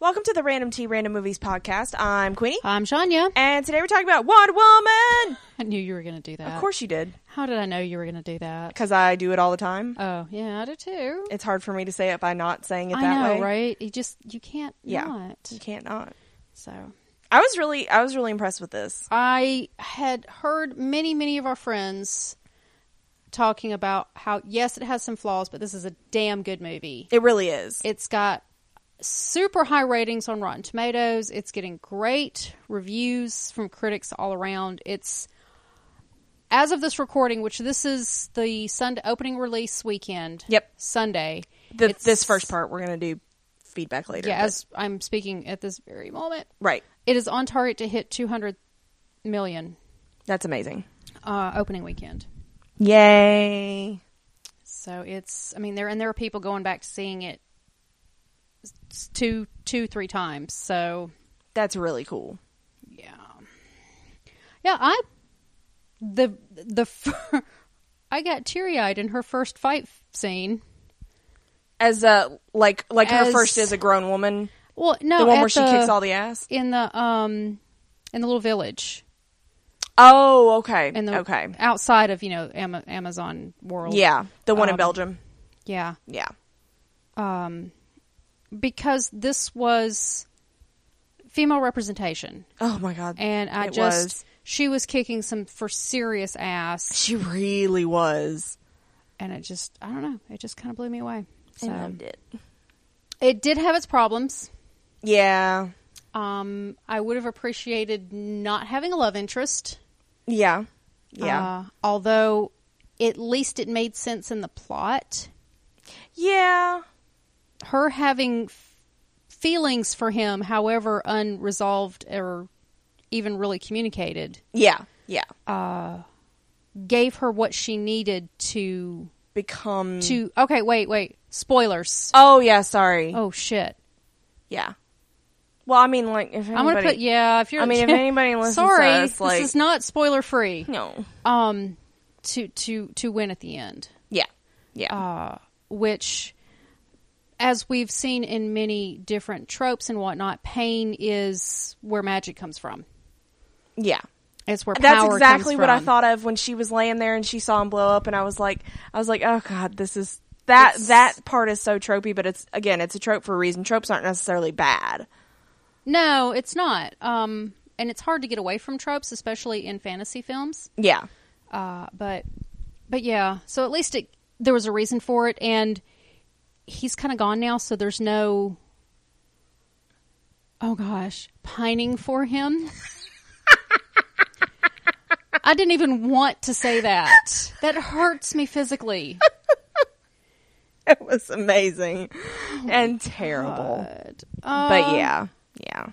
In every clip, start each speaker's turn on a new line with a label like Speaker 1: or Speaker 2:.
Speaker 1: Welcome to the Random Tea Random Movies podcast. I'm Queenie,
Speaker 2: I'm Shania.
Speaker 1: and today we're talking about Wonder Woman.
Speaker 2: I knew you were going to do that.
Speaker 1: Of course you did,
Speaker 2: How did I know you were going to do that?
Speaker 1: because I do it all the time.
Speaker 2: Oh, yeah, I do too.
Speaker 1: It's hard for me to say it by not saying it
Speaker 2: I
Speaker 1: that
Speaker 2: know,
Speaker 1: way.
Speaker 2: right? You just you can't
Speaker 1: Yeah,
Speaker 2: not.
Speaker 1: you can't not.
Speaker 2: So
Speaker 1: I was really, I was really impressed with this.
Speaker 2: I had heard many, many of our friends talking about how yes, it has some flaws, but this is a damn good movie.
Speaker 1: It really is.
Speaker 2: It's got super high ratings on Rotten Tomatoes. It's getting great reviews from critics all around. It's as of this recording, which this is the Sunday opening release weekend.
Speaker 1: Yep.
Speaker 2: Sunday.
Speaker 1: the,
Speaker 2: It's-
Speaker 1: this first part, we're gonna do feedback later.
Speaker 2: Yeah,
Speaker 1: but-
Speaker 2: as I'm speaking at this very moment,
Speaker 1: right.
Speaker 2: it is on target to hit 200 million
Speaker 1: That's amazing.
Speaker 2: uh, opening weekend.
Speaker 1: Yay!
Speaker 2: So it's, I mean, there and there are people going back to seeing it s- two, two, three times. So
Speaker 1: That's really cool.
Speaker 2: yeah, yeah. I the the fir- I got teary eyed in her first fight scene.
Speaker 1: As a like, like her
Speaker 2: As-
Speaker 1: first as a grown woman,
Speaker 2: Well, no,
Speaker 1: the one
Speaker 2: at
Speaker 1: where she kicks all the ass.
Speaker 2: in the um in the little village
Speaker 1: Oh, okay,
Speaker 2: in the
Speaker 1: okay,
Speaker 2: outside of you know Ama- Amazon world.
Speaker 1: yeah, the one in
Speaker 2: Um,
Speaker 1: Belgium.
Speaker 2: yeah.
Speaker 1: Yeah.
Speaker 2: um, because this was female representation,
Speaker 1: Oh my god.
Speaker 2: and I
Speaker 1: It
Speaker 2: just
Speaker 1: was.
Speaker 2: she was kicking some for serious ass,
Speaker 1: she really was.
Speaker 2: and it just I don't know, it just kind of blew me away. So
Speaker 1: it.
Speaker 2: it did have its problems.
Speaker 1: Yeah.
Speaker 2: Um, I would have appreciated not having a love interest.
Speaker 1: Yeah. Yeah.
Speaker 2: uh, although at least it made sense in the plot.
Speaker 1: yeah.
Speaker 2: her having f- feelings for him, however unresolved or even really communicated,
Speaker 1: Yeah. Yeah.
Speaker 2: gave her what she needed to
Speaker 1: Become.
Speaker 2: to. Okay, wait, wait. Spoilers.
Speaker 1: oh yeah. Sorry.
Speaker 2: Oh shit!
Speaker 1: Yeah. Well, I mean, like if anybody,
Speaker 2: I'm gonna put yeah. If you're,
Speaker 1: I mean, if anybody listens to
Speaker 2: sorry,
Speaker 1: us, like-
Speaker 2: this is not spoiler free.
Speaker 1: No.
Speaker 2: Um, to to to win at the end.
Speaker 1: Yeah. Yeah.
Speaker 2: uh, which, as we've seen in many different tropes and whatnot, pain is where magic comes from.
Speaker 1: yeah.
Speaker 2: It's where
Speaker 1: That's
Speaker 2: power
Speaker 1: exactly
Speaker 2: comes
Speaker 1: what I
Speaker 2: from.
Speaker 1: thought of when she was laying there and she saw him blow up, and I was like, I was like, oh god, this is that
Speaker 2: It's-
Speaker 1: that part is so tropey, but it's again, it's a trope for a reason. Tropes aren't necessarily bad.
Speaker 2: No, it's not. Um, and it's hard to get away from tropes, especially in fantasy films.
Speaker 1: Yeah.
Speaker 2: Uh, but, but yeah. So at least it there was a reason for it, and he's kind of gone now, so there's no. Oh gosh, pining for him. I didn't even want to say that. That hurts me physically.
Speaker 1: It was amazing
Speaker 2: Oh
Speaker 1: and terrible.
Speaker 2: But, um,
Speaker 1: But yeah. Yeah.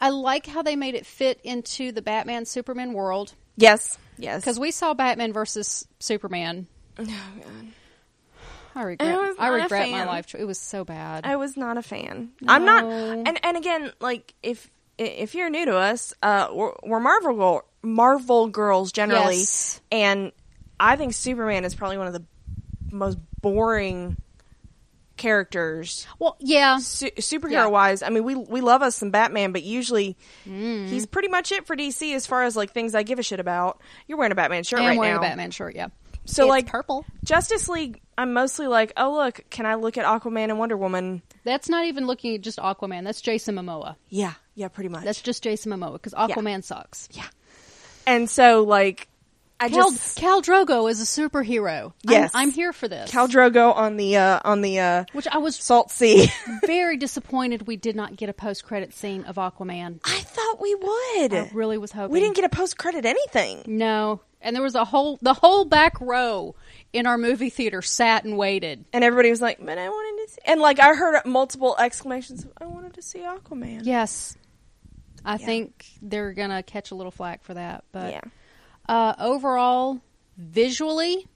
Speaker 2: I like how they made it fit into the Batman Superman world.
Speaker 1: Yes. Yes.
Speaker 2: Because we saw Batman versus Superman. I regret.
Speaker 1: Oh, I
Speaker 2: I,
Speaker 1: was not a
Speaker 2: regret my
Speaker 1: fan.
Speaker 2: life. cho- It was so bad.
Speaker 1: I was not a fan. I'm not.
Speaker 2: No.
Speaker 1: And and again, like if if you're new to us, uh, we're, we're Marvel girl, Marvel girls generally,
Speaker 2: Yes.
Speaker 1: and I think Superman is probably one of the most boring characters
Speaker 2: well, yeah,
Speaker 1: su- superhero
Speaker 2: Yeah.
Speaker 1: wise. I mean, we we love us some Batman, but usually
Speaker 2: Mm-hmm.
Speaker 1: he's pretty much it for DC as far as like things I give a shit about. You're wearing a Batman shirt
Speaker 2: I am
Speaker 1: right
Speaker 2: wearing
Speaker 1: now.
Speaker 2: a Batman shirt. Yeah.
Speaker 1: So,
Speaker 2: It's
Speaker 1: like-
Speaker 2: purple.
Speaker 1: Justice League, I'm mostly like, oh look, can I look at Aquaman and Wonder Woman?
Speaker 2: That's not even looking at just Aquaman. That's Jason Momoa.
Speaker 1: Yeah, yeah, pretty much.
Speaker 2: That's just Jason Momoa because Aquaman sucks. Yeah.
Speaker 1: And so, like, I
Speaker 2: Cal,
Speaker 1: just
Speaker 2: Cal Drogo is a superhero. I'm-
Speaker 1: Yes.
Speaker 2: I'm, here for this.
Speaker 1: Cal Drogo on the uh, on the uh,
Speaker 2: which I was
Speaker 1: salt sea.
Speaker 2: very disappointed we did not get a post credit scene of Aquaman.
Speaker 1: I thought we would.
Speaker 2: I really was hoping
Speaker 1: we didn't get a post credit anything.
Speaker 2: No. And there was a whole the whole back row in our movie theater sat and waited.
Speaker 1: And everybody was like, "But I wanted to see." And like, I heard multiple exclamations. Of, I wanted to see Aquaman.
Speaker 2: Yes. I think they're going to catch a little flack for that, but
Speaker 1: Yeah.
Speaker 2: uh overall visually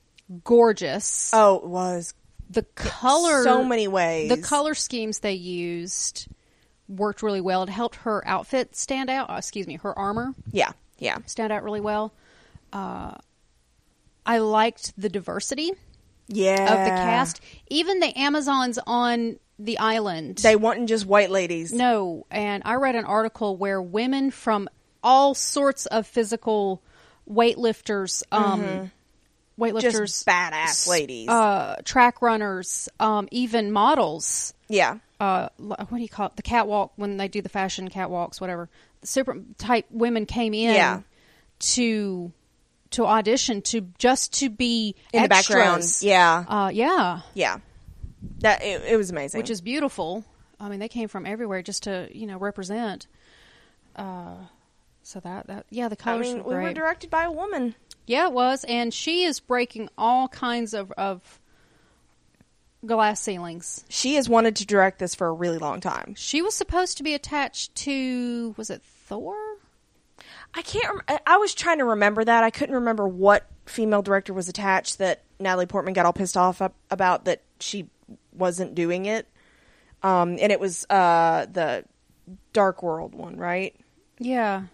Speaker 2: gorgeous.
Speaker 1: Oh, it was
Speaker 2: the color
Speaker 1: so many ways.
Speaker 2: the color schemes they used worked really well. It helped her outfit stand out, uh, excuse me, her armor.
Speaker 1: Yeah, yeah,
Speaker 2: stand out really well. Uh, I liked the diversity
Speaker 1: yeah.
Speaker 2: of the cast. Even the Amazons on the island.
Speaker 1: They wanting just white ladies.
Speaker 2: No, and I read an article where women from all sorts of physical weightlifters, um,
Speaker 1: Mm-hmm. just
Speaker 2: weightlifters,
Speaker 1: badass ladies.
Speaker 2: uh, track runners, um, even models.
Speaker 1: yeah.
Speaker 2: Uh, l- what do you call it? The catwalk when they do the fashion catwalks, whatever. Super type women came in
Speaker 1: Yeah.
Speaker 2: to to audition to just to be
Speaker 1: In the background.
Speaker 2: extras.
Speaker 1: Yeah.
Speaker 2: uh, yeah,
Speaker 1: Yeah. That it, it was amazing.
Speaker 2: which is beautiful. I mean, they came from everywhere just to you know represent. Uh, so that that yeah, the
Speaker 1: I
Speaker 2: colors
Speaker 1: mean,
Speaker 2: were
Speaker 1: we
Speaker 2: great.
Speaker 1: were directed by a woman.
Speaker 2: yeah, it was, and she is breaking all kinds of of glass ceilings.
Speaker 1: She has wanted to direct this for a really long time.
Speaker 2: She was supposed to be attached to was it Thor?
Speaker 1: I can't. Rem- I- I was trying to remember that. I couldn't remember what female director was attached that Natalie Portman got all pissed off up- about that she wasn't doing it. Um, and it was uh the Dark World one, right?
Speaker 2: Yeah,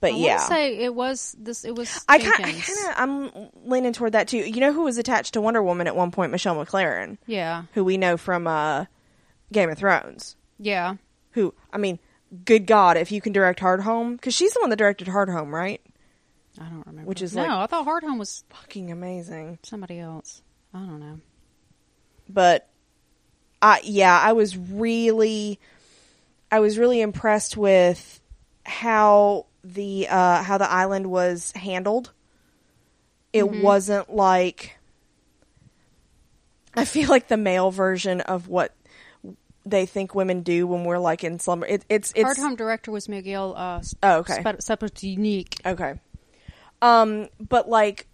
Speaker 1: But
Speaker 2: I
Speaker 1: yeah,
Speaker 2: want to say it was this. It was
Speaker 1: I kind
Speaker 2: Jenkins.
Speaker 1: of I'm leaning toward that too. You know who was attached to Wonder Woman at one point? Michelle McLaren,
Speaker 2: yeah,
Speaker 1: who we know from uh Game of Thrones.
Speaker 2: yeah.
Speaker 1: who I mean, good God, if you can direct Hard Home, because she's the one that directed Hard Home, right?
Speaker 2: I don't remember.
Speaker 1: Which is
Speaker 2: no,
Speaker 1: like-
Speaker 2: I thought Hardhome was
Speaker 1: Fucking amazing.
Speaker 2: somebody else. I don't know.
Speaker 1: But I yeah, I was really I was really impressed with how the uh how the island was handled. It wasn't like I feel like the male version of what they think women do when we're like in slumber. It, it's it's
Speaker 2: Hardhome director was Miguel. Uh, S-
Speaker 1: Oh, okay.
Speaker 2: Sp- Sapochnik.
Speaker 1: Okay. Um, but like,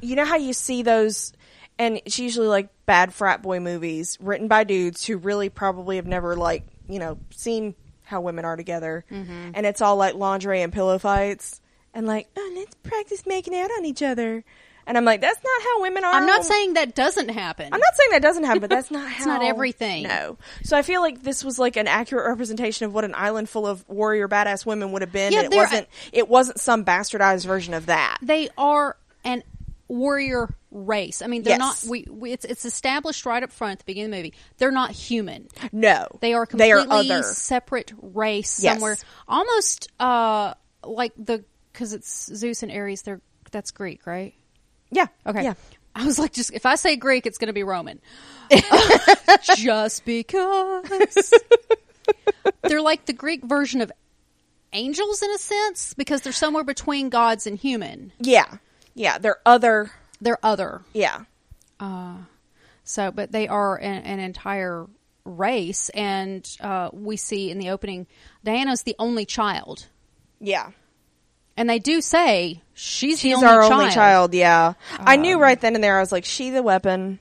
Speaker 1: you know how you see those, and it's usually like bad frat boy movies written by dudes who really probably have never like you know seen how women are together,
Speaker 2: Mm-hmm.
Speaker 1: and it's all like lingerie and pillow fights, and like oh let's practice making out on each other, and I'm like that's not how women are.
Speaker 2: I'm not saying that doesn't happen.
Speaker 1: I'm not saying that doesn't happen, but that's not how.
Speaker 2: not everything.
Speaker 1: No. So I feel like this was like an accurate representation of what an island full of warrior badass women would have been.
Speaker 2: Yeah,
Speaker 1: and it
Speaker 2: there-
Speaker 1: wasn't. It wasn't some bastardized version of that.
Speaker 2: they are an warrior race. I mean, they're
Speaker 1: Yes.
Speaker 2: not. We, we it's it's established right up front at the beginning of the movie. They're not human.
Speaker 1: No.
Speaker 2: They are completely
Speaker 1: other.
Speaker 2: separate race
Speaker 1: Yes.
Speaker 2: somewhere, almost uh like the because it's Zeus and Ares. They're that's Greek, right?
Speaker 1: Yeah.
Speaker 2: Okay.
Speaker 1: Yeah.
Speaker 2: I was like, just if I say Greek, it's going to be Roman. just because they're like the Greek version of angels in a sense, because they're somewhere between gods and human.
Speaker 1: Yeah. Yeah. They're other.
Speaker 2: They're other.
Speaker 1: Yeah.
Speaker 2: So, but they are an, an entire race, and uh, we see in the opening, Diana's the only child,
Speaker 1: Yeah.
Speaker 2: and they do say she's, the
Speaker 1: She's
Speaker 2: only
Speaker 1: our
Speaker 2: child.
Speaker 1: only child. Yeah. I knew right then and there. I was like, she the weapon.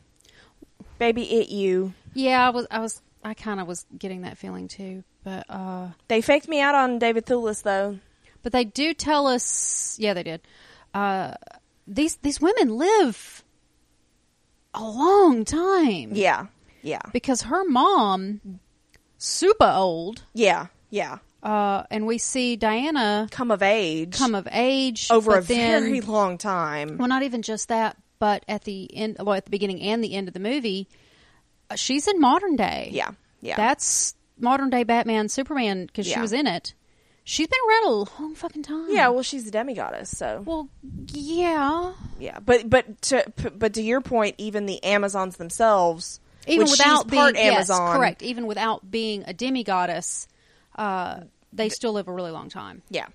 Speaker 1: Baby, it you.
Speaker 2: Yeah, I was, I was, I kind of was getting that feeling too, but. uh
Speaker 1: They faked me out on David Thewlis though.
Speaker 2: But they do tell us, yeah, they did. Uh, these these women live a long time
Speaker 1: Yeah. Yeah.
Speaker 2: because her mom, super old,
Speaker 1: Yeah. Yeah.
Speaker 2: uh, and we see Diana
Speaker 1: Come of age.
Speaker 2: come of age
Speaker 1: over
Speaker 2: but
Speaker 1: a
Speaker 2: then-
Speaker 1: very long time.
Speaker 2: Well, not even just that, but at the end, well, at the beginning and the end of the movie, uh, she's in modern day.
Speaker 1: Yeah, yeah.
Speaker 2: That's modern day Batman, Superman because she
Speaker 1: Yeah.
Speaker 2: was in it. She's been around a long fucking time.
Speaker 1: Yeah, well, she's the demigoddess, so
Speaker 2: Well, yeah.
Speaker 1: yeah. But but to p- but to your point, even the Amazons themselves,
Speaker 2: even
Speaker 1: which
Speaker 2: without
Speaker 1: she's part
Speaker 2: being yes,
Speaker 1: Amazon,
Speaker 2: correct. Even without being a demigoddess, uh, they still live a really long time.
Speaker 1: Yeah,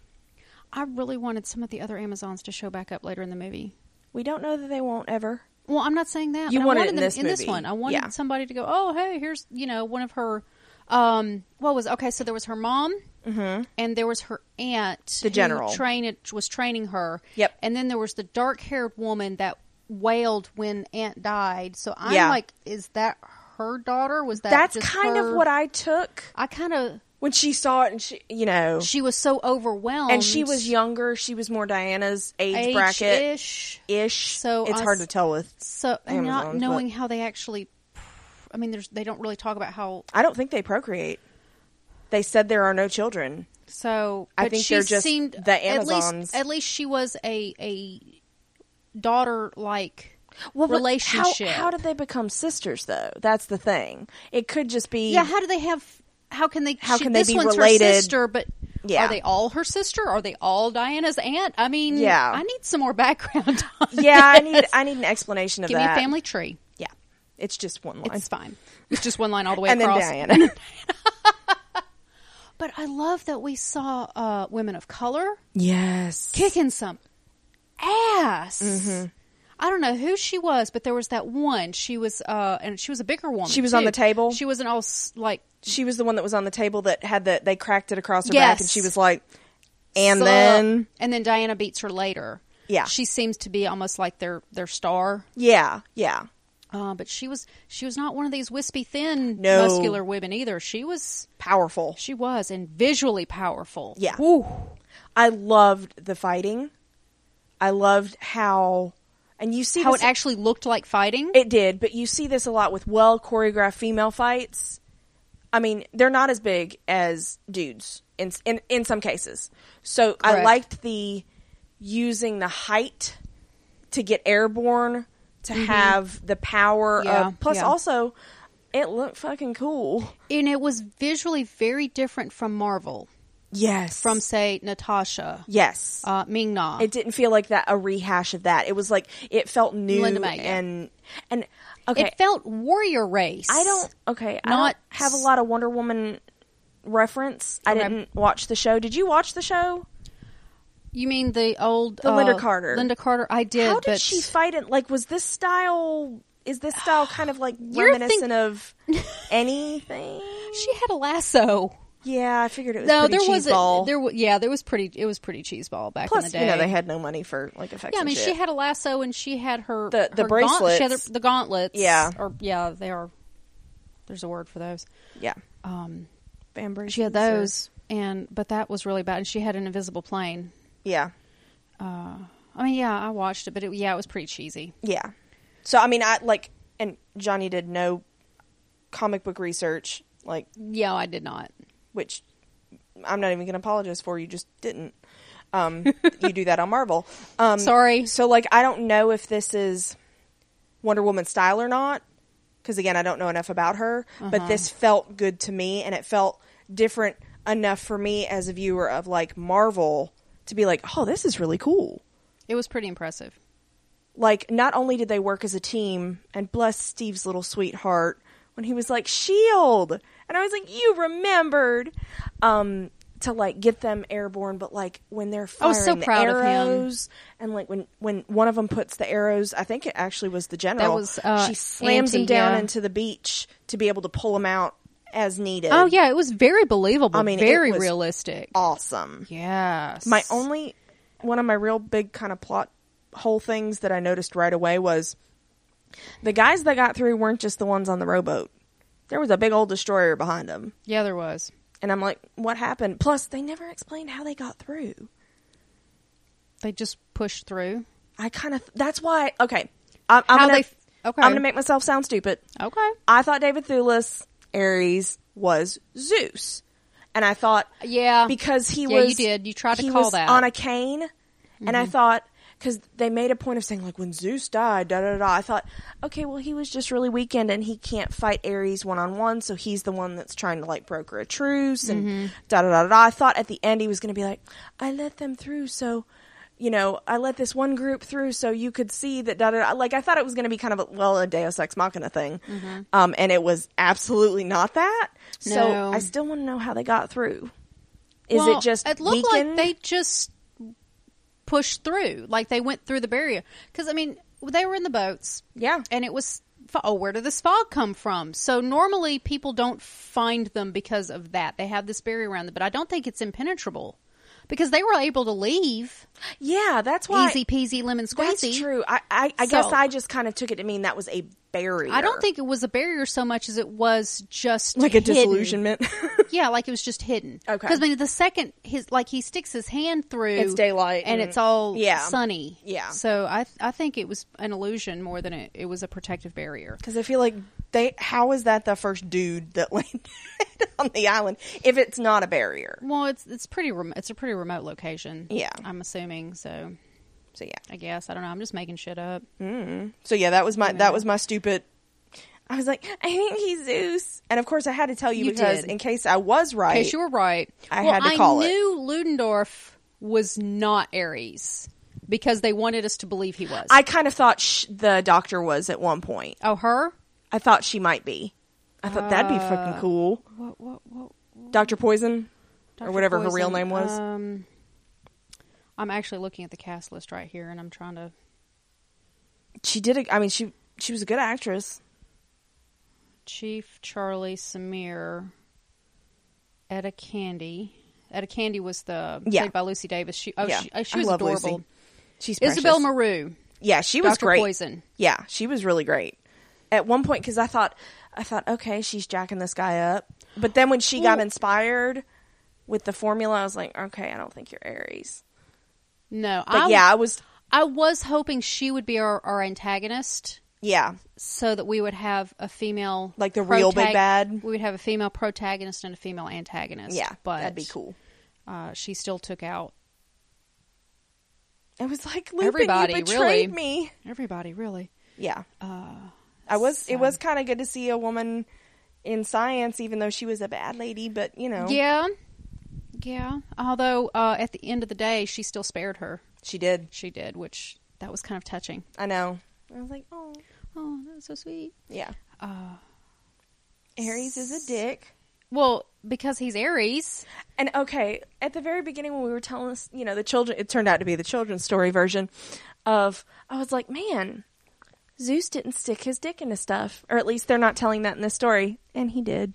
Speaker 2: I really wanted some of the other Amazons to show back up later in the movie.
Speaker 1: we don't know that they won't ever.
Speaker 2: Well, I'm not saying that.
Speaker 1: You
Speaker 2: but
Speaker 1: wanted
Speaker 2: I wanted
Speaker 1: in
Speaker 2: them
Speaker 1: this
Speaker 2: in this
Speaker 1: movie.
Speaker 2: one. I wanted
Speaker 1: Yeah.
Speaker 2: somebody to go. Oh, hey, here's you know one of her. Um, what was okay? So there was her mom, and there was her aunt,
Speaker 1: Mm-hmm. The general.
Speaker 2: who trained was training her.
Speaker 1: Yep.
Speaker 2: And then there was the dark haired woman that wailed when aunt died. So I'm
Speaker 1: Yeah.
Speaker 2: like, is that her daughter? Was that
Speaker 1: That's
Speaker 2: just
Speaker 1: kind
Speaker 2: her-
Speaker 1: of what I took
Speaker 2: I kind of
Speaker 1: when she saw it, and she, you know,
Speaker 2: she was so overwhelmed,
Speaker 1: and she was younger. She was more Diana's age bracket
Speaker 2: age-ish.
Speaker 1: ish.
Speaker 2: So
Speaker 1: it's
Speaker 2: I
Speaker 1: hard to
Speaker 2: s-
Speaker 1: tell with.
Speaker 2: So and not
Speaker 1: Amazons,
Speaker 2: knowing how they actually, I mean, there's they don't really talk about how.
Speaker 1: I don't think they procreate. They said there are no children.
Speaker 2: So
Speaker 1: I
Speaker 2: but
Speaker 1: think
Speaker 2: she
Speaker 1: they're just
Speaker 2: seemed
Speaker 1: the
Speaker 2: at least
Speaker 1: Amazons.
Speaker 2: at least she was a a daughter like
Speaker 1: Well, but how-
Speaker 2: relationship.
Speaker 1: How, did they become sisters, though? That's the thing. It could just be.
Speaker 2: Yeah, how do they have? How can they?
Speaker 1: How
Speaker 2: she-
Speaker 1: can they
Speaker 2: this
Speaker 1: be
Speaker 2: one's
Speaker 1: related?
Speaker 2: Her sister, but
Speaker 1: Yeah.
Speaker 2: are they all her sister? Are they all Diana's aunt? I mean,
Speaker 1: Yeah.
Speaker 2: I need some more background. On
Speaker 1: yeah, I need
Speaker 2: this.
Speaker 1: I need an explanation of
Speaker 2: Give me a
Speaker 1: that.
Speaker 2: family tree.
Speaker 1: Yeah, it's just one line.
Speaker 2: It's fine. It's just one line all the way
Speaker 1: and then
Speaker 2: across.
Speaker 1: Diana.
Speaker 2: But I love that we saw uh, women of color
Speaker 1: yes.
Speaker 2: kicking some ass.
Speaker 1: Mm-hmm.
Speaker 2: I don't know who she was, but there was that one. She was, uh, and she was a bigger woman.
Speaker 1: She was on
Speaker 2: too.
Speaker 1: the table?
Speaker 2: She wasn't all s- like
Speaker 1: She was the one that was on the table that had the they cracked it across her back, and
Speaker 2: Yes.
Speaker 1: she was like, and
Speaker 2: "Sup?"
Speaker 1: then
Speaker 2: and then Diana beats her later.
Speaker 1: Yeah.
Speaker 2: she seems to be almost like their their star.
Speaker 1: yeah, yeah,
Speaker 2: Uh, but she was she was not one of these wispy, thin,
Speaker 1: No.
Speaker 2: muscular women either. She was
Speaker 1: powerful.
Speaker 2: she was and visually powerful.
Speaker 1: Yeah.
Speaker 2: Woo.
Speaker 1: I loved the fighting. I loved how, and you see
Speaker 2: how
Speaker 1: this,
Speaker 2: it actually looked like fighting.
Speaker 1: It did, but you see this a lot with well choreographed female fights. I mean, they're not as big as dudes in in, in some cases. So I
Speaker 2: Correct.
Speaker 1: liked the using the height to get airborne to have the power
Speaker 2: Mm-hmm. Yeah,
Speaker 1: of plus
Speaker 2: yeah.
Speaker 1: also it looked fucking cool.
Speaker 2: and it was visually very different from Marvel,
Speaker 1: Yes.
Speaker 2: from say Natasha,
Speaker 1: yes.
Speaker 2: uh, Ming Na.
Speaker 1: it didn't feel like that a rehash of that. It was like it felt new
Speaker 2: Linda May, yeah.
Speaker 1: and and okay.
Speaker 2: It felt warrior race.
Speaker 1: I don't. Okay, I
Speaker 2: Not
Speaker 1: don't have a lot of Wonder Woman reference. I
Speaker 2: Okay.
Speaker 1: didn't watch the show. Did you watch the show?
Speaker 2: You mean the old uh,
Speaker 1: The Linda Carter.
Speaker 2: Linda Carter. I did.
Speaker 1: How did
Speaker 2: but
Speaker 1: she fight it? Like, was this style? Is this style kind of like
Speaker 2: You're
Speaker 1: reminiscent of anything?
Speaker 2: She had a lasso.
Speaker 1: Yeah, I figured it was.
Speaker 2: No,
Speaker 1: pretty
Speaker 2: there
Speaker 1: cheese
Speaker 2: was a,
Speaker 1: ball.
Speaker 2: there. wa- Yeah, there was pretty. It was pretty cheeseball back in
Speaker 1: Plus,
Speaker 2: the day.
Speaker 1: you know, they had no money for like effects.
Speaker 2: yeah, I
Speaker 1: and
Speaker 2: mean, she
Speaker 1: shit.
Speaker 2: had a lasso and she had her
Speaker 1: The- the
Speaker 2: her gaunt- she had
Speaker 1: bracelets.
Speaker 2: the, the gauntlets.
Speaker 1: Yeah.
Speaker 2: or yeah, they are. There's a word for those.
Speaker 1: yeah.
Speaker 2: Um,
Speaker 1: Bambury.
Speaker 2: she had those, and but that was really bad. And she had an invisible plane.
Speaker 1: Yeah,
Speaker 2: Uh, I mean, yeah, I watched it, but it, yeah, it was pretty cheesy.
Speaker 1: yeah. So I mean, I like, and Johnny did no comic book research. Like,
Speaker 2: Yeah, I did not.
Speaker 1: which I'm not even going to apologize for. You just didn't. Um, you do that on Marvel. Um,
Speaker 2: Sorry.
Speaker 1: So, like, I don't know if this is Wonder Woman style or not, because again, I don't know enough about her. But this felt good to me, and it felt different enough for me as a viewer of like Marvel to be like, oh, this is really cool.
Speaker 2: It was pretty impressive.
Speaker 1: Like, not only did they work as a team, and bless Steve's little sweetheart when he was like, Shield! E And I was like, You remembered! Um, to like get them airborne, but like when they're
Speaker 2: I
Speaker 1: firing
Speaker 2: was so
Speaker 1: the
Speaker 2: proud of him.
Speaker 1: arrows, and like when when one of them puts the arrows, I think it actually was the general.
Speaker 2: was, uh,
Speaker 1: she slams him
Speaker 2: Auntie,
Speaker 1: down
Speaker 2: yeah.
Speaker 1: into the beach to be able to pull him out as needed.
Speaker 2: Oh yeah, it was very believable.
Speaker 1: I mean, it
Speaker 2: very
Speaker 1: was-
Speaker 2: realistic.
Speaker 1: awesome!
Speaker 2: Yes.
Speaker 1: My only one of my real big kind of plot whole things that I noticed right away was the guys that got through weren't just the ones on the rowboat. There was a big old destroyer behind them.
Speaker 2: Yeah, there was.
Speaker 1: And I'm like, what happened? Plus, they never explained how they got through.
Speaker 2: They just pushed through.
Speaker 1: I kind of that's why. Okay, I'm, I'm
Speaker 2: How
Speaker 1: gonna
Speaker 2: they- okay. Oh.
Speaker 1: I'm gonna make myself sound stupid.
Speaker 2: Okay.
Speaker 1: I thought David Thewlis Ares was Zeus, and I thought
Speaker 2: Yeah.
Speaker 1: because he
Speaker 2: Yeah, you
Speaker 1: was
Speaker 2: did. You tried to
Speaker 1: he
Speaker 2: call
Speaker 1: was
Speaker 2: that.
Speaker 1: on a cane, and I
Speaker 2: Mm-hmm.
Speaker 1: thought because they made a point of saying like when Zeus died, da da da, da. I thought okay, well he was just really weakened and he can't fight Ares one on one, so he's the one that's trying to like broker a truce
Speaker 2: Mm-hmm.
Speaker 1: and da da da da da. I thought at the end he was going to be like I let them through, so. You know, I let this one group through so you could see that da da. da. Like I thought it was going to be kind of a, well a Deus Ex Machina thing,
Speaker 2: Mm-hmm.
Speaker 1: um, and it was absolutely not that. So
Speaker 2: No.
Speaker 1: I still want to know how they got through. Is
Speaker 2: Well,
Speaker 1: it just
Speaker 2: It looked
Speaker 1: weakened?
Speaker 2: like they just pushed through, like they went through the barrier. Because I mean, they were in the boats.
Speaker 1: Yeah.
Speaker 2: and it was fo- oh, where did this fog come from? So normally people don't find them because of that. They have this barrier around them, but I don't think it's impenetrable because they were able to leave
Speaker 1: yeah, that's why.
Speaker 2: easy peasy lemon squeezy.
Speaker 1: That's true. I I, I guess
Speaker 2: So-
Speaker 1: I just kind of took it to mean that was a barrier.
Speaker 2: I don't think it was a barrier so much as it was just
Speaker 1: like a
Speaker 2: hidden.
Speaker 1: disillusionment.
Speaker 2: Yeah, like it was just hidden.
Speaker 1: Okay.
Speaker 2: Because I mean, the second his like he sticks his hand through,
Speaker 1: It's daylight
Speaker 2: and,
Speaker 1: and-
Speaker 2: it's all
Speaker 1: yeah.
Speaker 2: sunny.
Speaker 1: Yeah.
Speaker 2: So I I think it was an illusion more than it, it was a protective barrier.
Speaker 1: Because I feel like they. How is that the first dude that landed on the island if it's not a barrier?
Speaker 2: Well, it's it's pretty rem- it's a pretty remote location.
Speaker 1: Yeah.
Speaker 2: I'm assuming so.
Speaker 1: So yeah.
Speaker 2: I guess I don't know. I'm just making shit up.
Speaker 1: So yeah, that was my that was my stupid. I was like, I think he's Zeus, and of course I had to tell you,
Speaker 2: You
Speaker 1: because
Speaker 2: did.
Speaker 1: in case I was right,
Speaker 2: In case you were right,
Speaker 1: I
Speaker 2: well,
Speaker 1: had to call it.
Speaker 2: I knew Ludendorff was not Aries because they wanted us to believe he was.
Speaker 1: I kind of thought sh- the doctor was at one point.
Speaker 2: oh her.
Speaker 1: I thought she might be. I thought that'd
Speaker 2: Uh,
Speaker 1: be fucking cool.
Speaker 2: What what what?
Speaker 1: Doctor Poison,
Speaker 2: Dr.
Speaker 1: or whatever her real
Speaker 2: Poison,
Speaker 1: name was.
Speaker 2: Um, I'm actually looking at the cast list right here, and I'm trying to.
Speaker 1: she did. A, I mean, she she was a good actress.
Speaker 2: Chief Charlie Samir, Etta Candy. Etta Candy was the
Speaker 1: Yeah.
Speaker 2: played by Lucy Davis. She oh
Speaker 1: yeah,
Speaker 2: she, oh, she
Speaker 1: I
Speaker 2: was
Speaker 1: love
Speaker 2: adorable.
Speaker 1: Lucy. She's precious.
Speaker 2: Isabel Maru,
Speaker 1: Yeah, she was
Speaker 2: Dr.
Speaker 1: great.
Speaker 2: Poison.
Speaker 1: Yeah, she was really great. At one point, because I thought, I thought, okay, she's jacking this guy up. But then when she got
Speaker 2: Well-
Speaker 1: inspired with the formula, I was like, okay, I don't think you're Aries.
Speaker 2: No,
Speaker 1: But
Speaker 2: I,
Speaker 1: yeah, I was.
Speaker 2: I was hoping she would be our, our antagonist,
Speaker 1: Yeah,
Speaker 2: so that we would have a female
Speaker 1: Like the real big bad?
Speaker 2: We would have a female protagonist and a female antagonist.
Speaker 1: yeah,
Speaker 2: but
Speaker 1: that'd be cool.
Speaker 2: Uh, she still took out
Speaker 1: I was like, Lupin,
Speaker 2: Everybody,
Speaker 1: you betrayed
Speaker 2: really. Uh,
Speaker 1: me.
Speaker 2: everybody. Really,
Speaker 1: Yeah, I was. It was kind of good to see a woman in science, even though she was a bad lady. But you know,
Speaker 2: Yeah. Yeah. Although uh, at the end of the day, she still spared her.
Speaker 1: she did.
Speaker 2: She did, which that was kind of touching.
Speaker 1: I know. I was like, oh,
Speaker 2: Oh, that was so sweet.
Speaker 1: yeah.
Speaker 2: Uh,
Speaker 1: Aries is a dick.
Speaker 2: well, because he's Aries.
Speaker 1: And okay, at the very beginning when we were telling us, you know, the children, it turned out to be the children's story version of, I was like, man, Zeus didn't stick his dick into stuff. Or at least they're not telling that in this story. And he did.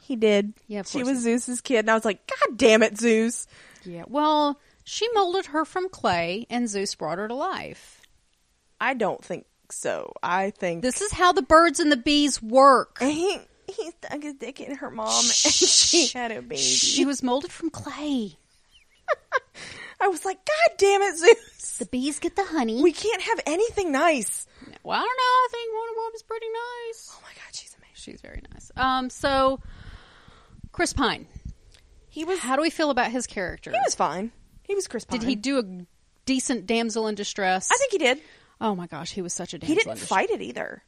Speaker 1: He did.
Speaker 2: Yeah, of
Speaker 1: She
Speaker 2: course
Speaker 1: was Zeus's kid. And I was like, God damn it, Zeus.
Speaker 2: Yeah. Well, she molded her from clay, and Zeus brought her to life.
Speaker 1: I don't think so. I think.
Speaker 2: This is how the birds and the bees work. Um,
Speaker 1: And he, he stuck his dick in her mom and she had a baby.
Speaker 2: She was molded from clay.
Speaker 1: I was like, God damn it, Zeus.
Speaker 2: The bees get the honey.
Speaker 1: We can't have anything nice.
Speaker 2: well, I don't know. I think Wonder Woman's pretty nice.
Speaker 1: Oh my God, she's amazing.
Speaker 2: She's very nice. Um, so Chris Pine.
Speaker 1: He was,
Speaker 2: How do we feel about his character?
Speaker 1: he was fine. He was Chris Pine.
Speaker 2: Did he do a decent damsel in distress?
Speaker 1: I think he did.
Speaker 2: Oh my gosh, he was such a
Speaker 1: He
Speaker 2: damsel.
Speaker 1: didn't
Speaker 2: in distress.
Speaker 1: fight it either.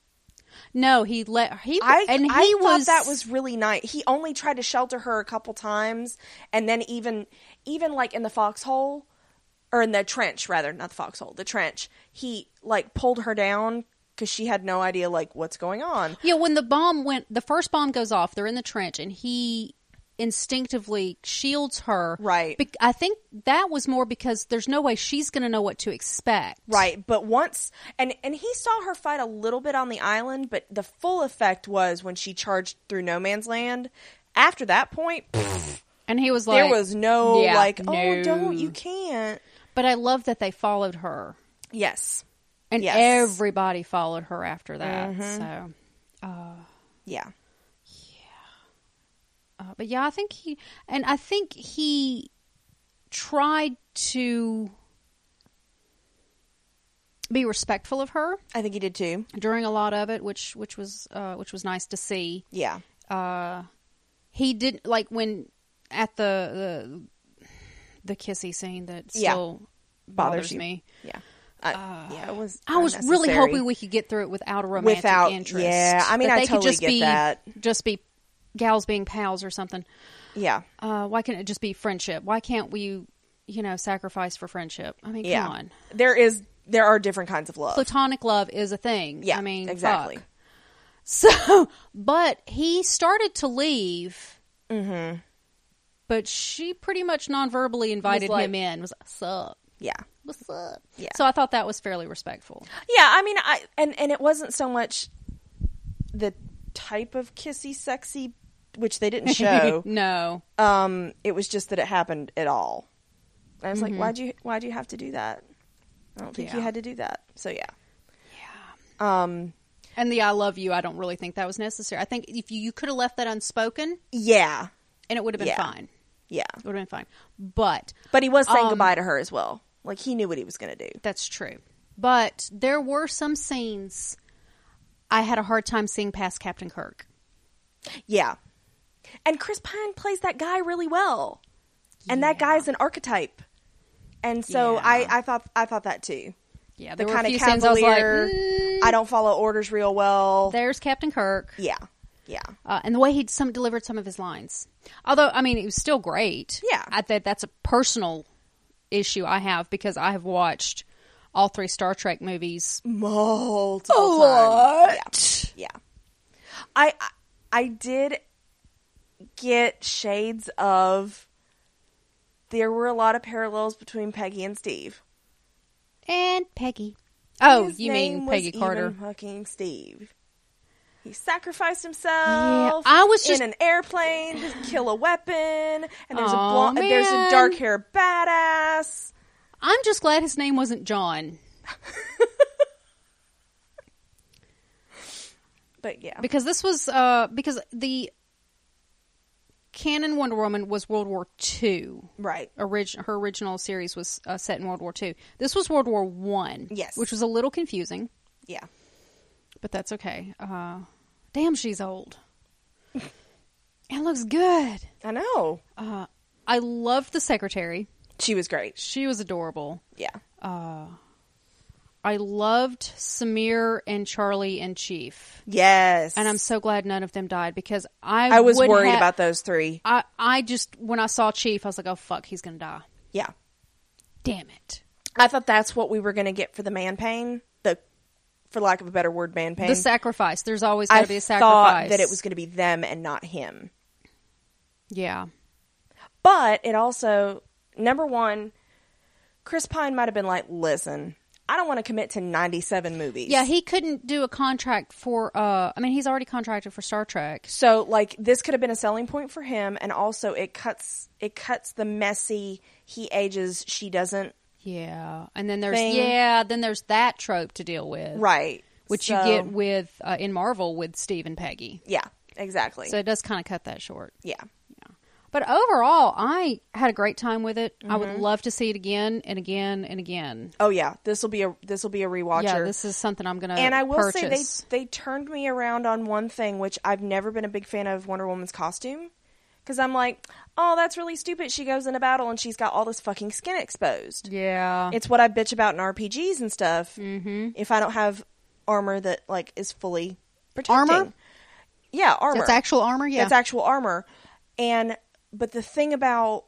Speaker 2: No, he let he
Speaker 1: I
Speaker 2: and he
Speaker 1: I
Speaker 2: was
Speaker 1: thought that was really nice. He only tried to shelter her a couple times, and then even even like in the foxhole or in the trench rather, not the foxhole, the trench. He like pulled her down because she had no idea like what's going on.
Speaker 2: yeah. When the bomb went, the first bomb goes off. They're in the trench, and he instinctively shields her.
Speaker 1: Right.
Speaker 2: Bec- I think that was more because there's no way she's going to know what to expect.
Speaker 1: Right, but once and and he saw her fight a little bit on the island, but the full effect was when she charged through no man's land. After that point,
Speaker 2: And he was like,
Speaker 1: there was no
Speaker 2: yeah,
Speaker 1: like, oh,
Speaker 2: no."
Speaker 1: don't you can't.
Speaker 2: But I love that they followed her,
Speaker 1: Yes.
Speaker 2: and
Speaker 1: Yes. Mm-hmm.
Speaker 2: everybody followed her after that. So.
Speaker 1: Yeah.
Speaker 2: Uh, but yeah, I think he, and I think he tried to be respectful of her
Speaker 1: I think he did too.
Speaker 2: during a lot of it, which which was uh, which was nice to see.
Speaker 1: Yeah.
Speaker 2: Uh, he didn't like when at the the, the kissy scene that
Speaker 1: Yeah.
Speaker 2: still
Speaker 1: Bothers
Speaker 2: bothers,
Speaker 1: you.
Speaker 2: me.
Speaker 1: Yeah. I, yeah, it was.
Speaker 2: I was really
Speaker 1: unnecessary.
Speaker 2: hoping we could get through it without a romantic
Speaker 1: Without-
Speaker 2: interest.
Speaker 1: yeah, I mean,
Speaker 2: That
Speaker 1: I
Speaker 2: they
Speaker 1: totally
Speaker 2: could just
Speaker 1: get
Speaker 2: be,
Speaker 1: that.
Speaker 2: Just be gals being pals or something.
Speaker 1: Yeah.
Speaker 2: uh, why can't it just be friendship? Why can't we, you know, sacrifice for friendship? I mean,
Speaker 1: Yeah.
Speaker 2: come on.
Speaker 1: There is. There are different kinds of love.
Speaker 2: Platonic love is a thing.
Speaker 1: yeah.
Speaker 2: I mean,
Speaker 1: exactly.
Speaker 2: fuck. So, but he started to leave. Mm-hmm. But she pretty much non-verbally invited
Speaker 1: like-
Speaker 2: him in. Was like, sup?
Speaker 1: Yeah.
Speaker 2: What's up?
Speaker 1: Yeah.
Speaker 2: So I thought that was fairly respectful.
Speaker 1: Yeah. I mean, I and and it wasn't so much the type of kissy, sexy, which they didn't show.
Speaker 2: no.
Speaker 1: um, it was just that it happened at all. And I was like, why'd you why'd you have to do that? I don't think you
Speaker 2: Mm-hmm. Yeah.
Speaker 1: had to do that. So yeah.
Speaker 2: Yeah.
Speaker 1: Um.
Speaker 2: And the "I love you," I don't really think that was necessary. I think if you, you could have left that unspoken,
Speaker 1: Yeah.
Speaker 2: and it would have been
Speaker 1: Yeah.
Speaker 2: fine.
Speaker 1: Yeah.
Speaker 2: It would have been fine. But
Speaker 1: But he was saying
Speaker 2: Um,
Speaker 1: goodbye to her as well. Like he knew what he was going to do.
Speaker 2: That's true. But there were some scenes I had a hard time seeing past Captain Kirk.
Speaker 1: Yeah. And Chris Pine plays that guy really well. And that
Speaker 2: Yeah.
Speaker 1: guy's an archetype. And so
Speaker 2: Yeah.
Speaker 1: I, I thought I thought that too.
Speaker 2: Yeah,
Speaker 1: The
Speaker 2: there were a
Speaker 1: kind
Speaker 2: few
Speaker 1: of
Speaker 2: scenes I was like,
Speaker 1: cavalier.
Speaker 2: "Mm,
Speaker 1: I don't follow orders real well.
Speaker 2: there's Captain Kirk.
Speaker 1: yeah, yeah.
Speaker 2: uh, and the way he some delivered some of his lines. Although, I mean, it was still great.
Speaker 1: Yeah.
Speaker 2: I think that's a personal issue I have because I have watched all three Star Trek movies.
Speaker 1: Multiple times. Yeah. Oh. Yeah. I I- I did get shades of there were a lot of parallels between Peggy and Steve.
Speaker 2: And Peggy. Oh,
Speaker 1: His
Speaker 2: you
Speaker 1: name
Speaker 2: mean
Speaker 1: was
Speaker 2: Peggy Carter?
Speaker 1: Even fucking Steve. He sacrificed himself.
Speaker 2: I was just-
Speaker 1: in an airplane to kill a weapon, and there's
Speaker 2: Aw,
Speaker 1: a blonde, there's a
Speaker 2: man.
Speaker 1: dark hair badass.
Speaker 2: I'm just glad his name wasn't John
Speaker 1: But yeah,
Speaker 2: because this was uh, because the canon Wonder Woman was World War Two.
Speaker 1: right.
Speaker 2: Origin, her original series was uh, set in World War Two. This was World War One.
Speaker 1: Yes.
Speaker 2: which was a little confusing.
Speaker 1: Yeah,
Speaker 2: but that's okay. Uh, damn, she's old. and looks good.
Speaker 1: I know.
Speaker 2: Uh, I loved the secretary.
Speaker 1: She was great.
Speaker 2: She was adorable.
Speaker 1: Yeah,
Speaker 2: I loved Samir and Charlie and Chief.
Speaker 1: yes.
Speaker 2: And I'm so glad none of them died because I
Speaker 1: I was
Speaker 2: would
Speaker 1: worried
Speaker 2: ha-
Speaker 1: about those three.
Speaker 2: I I just when I saw Chief, I was like, oh fuck, he's gonna die.
Speaker 1: Yeah,
Speaker 2: Damn it.
Speaker 1: I thought that's what we were going to get for the man pain. The, for lack of a better word, man pain.
Speaker 2: The sacrifice. There's always
Speaker 1: I
Speaker 2: gotta be a
Speaker 1: thought
Speaker 2: sacrifice.
Speaker 1: that it was going to be them and not him.
Speaker 2: yeah.
Speaker 1: But it also, number one, Chris Pine might have been like, listen, I don't want to commit to 97 movies.
Speaker 2: Yeah, he couldn't do a contract for. uh I mean, he's already contracted for Star Trek.
Speaker 1: so like this could have been a selling point for him and also it cuts it cuts the messy he ages she doesn't
Speaker 2: Yeah, and then there's
Speaker 1: thing.
Speaker 2: yeah, then there's that trope to deal with,
Speaker 1: right
Speaker 2: Which
Speaker 1: So-
Speaker 2: you get with uh, in Marvel with Steve and Peggy.
Speaker 1: yeah exactly
Speaker 2: So it does kind of cut that short.
Speaker 1: yeah
Speaker 2: But overall, I had a great time with it. I
Speaker 1: Mm-hmm.
Speaker 2: would love to see it again and again and again.
Speaker 1: oh yeah this will be a this will be a rewatcher
Speaker 2: Yeah, this is something I'm gonna
Speaker 1: and I will
Speaker 2: purchase.
Speaker 1: say they they turned me around on one thing, which I've never been a big fan of Wonder Woman's costume, because I'm like, oh, that's really stupid. She goes into battle and she's got all this fucking skin exposed.
Speaker 2: yeah,
Speaker 1: It's what I bitch about in RPGs and stuff. Mm-hmm. If I don't have armor that like is fully protecting,
Speaker 2: Armor?
Speaker 1: yeah, armor.
Speaker 2: that's actual armor. Yeah,
Speaker 1: That's actual armor. And but the thing about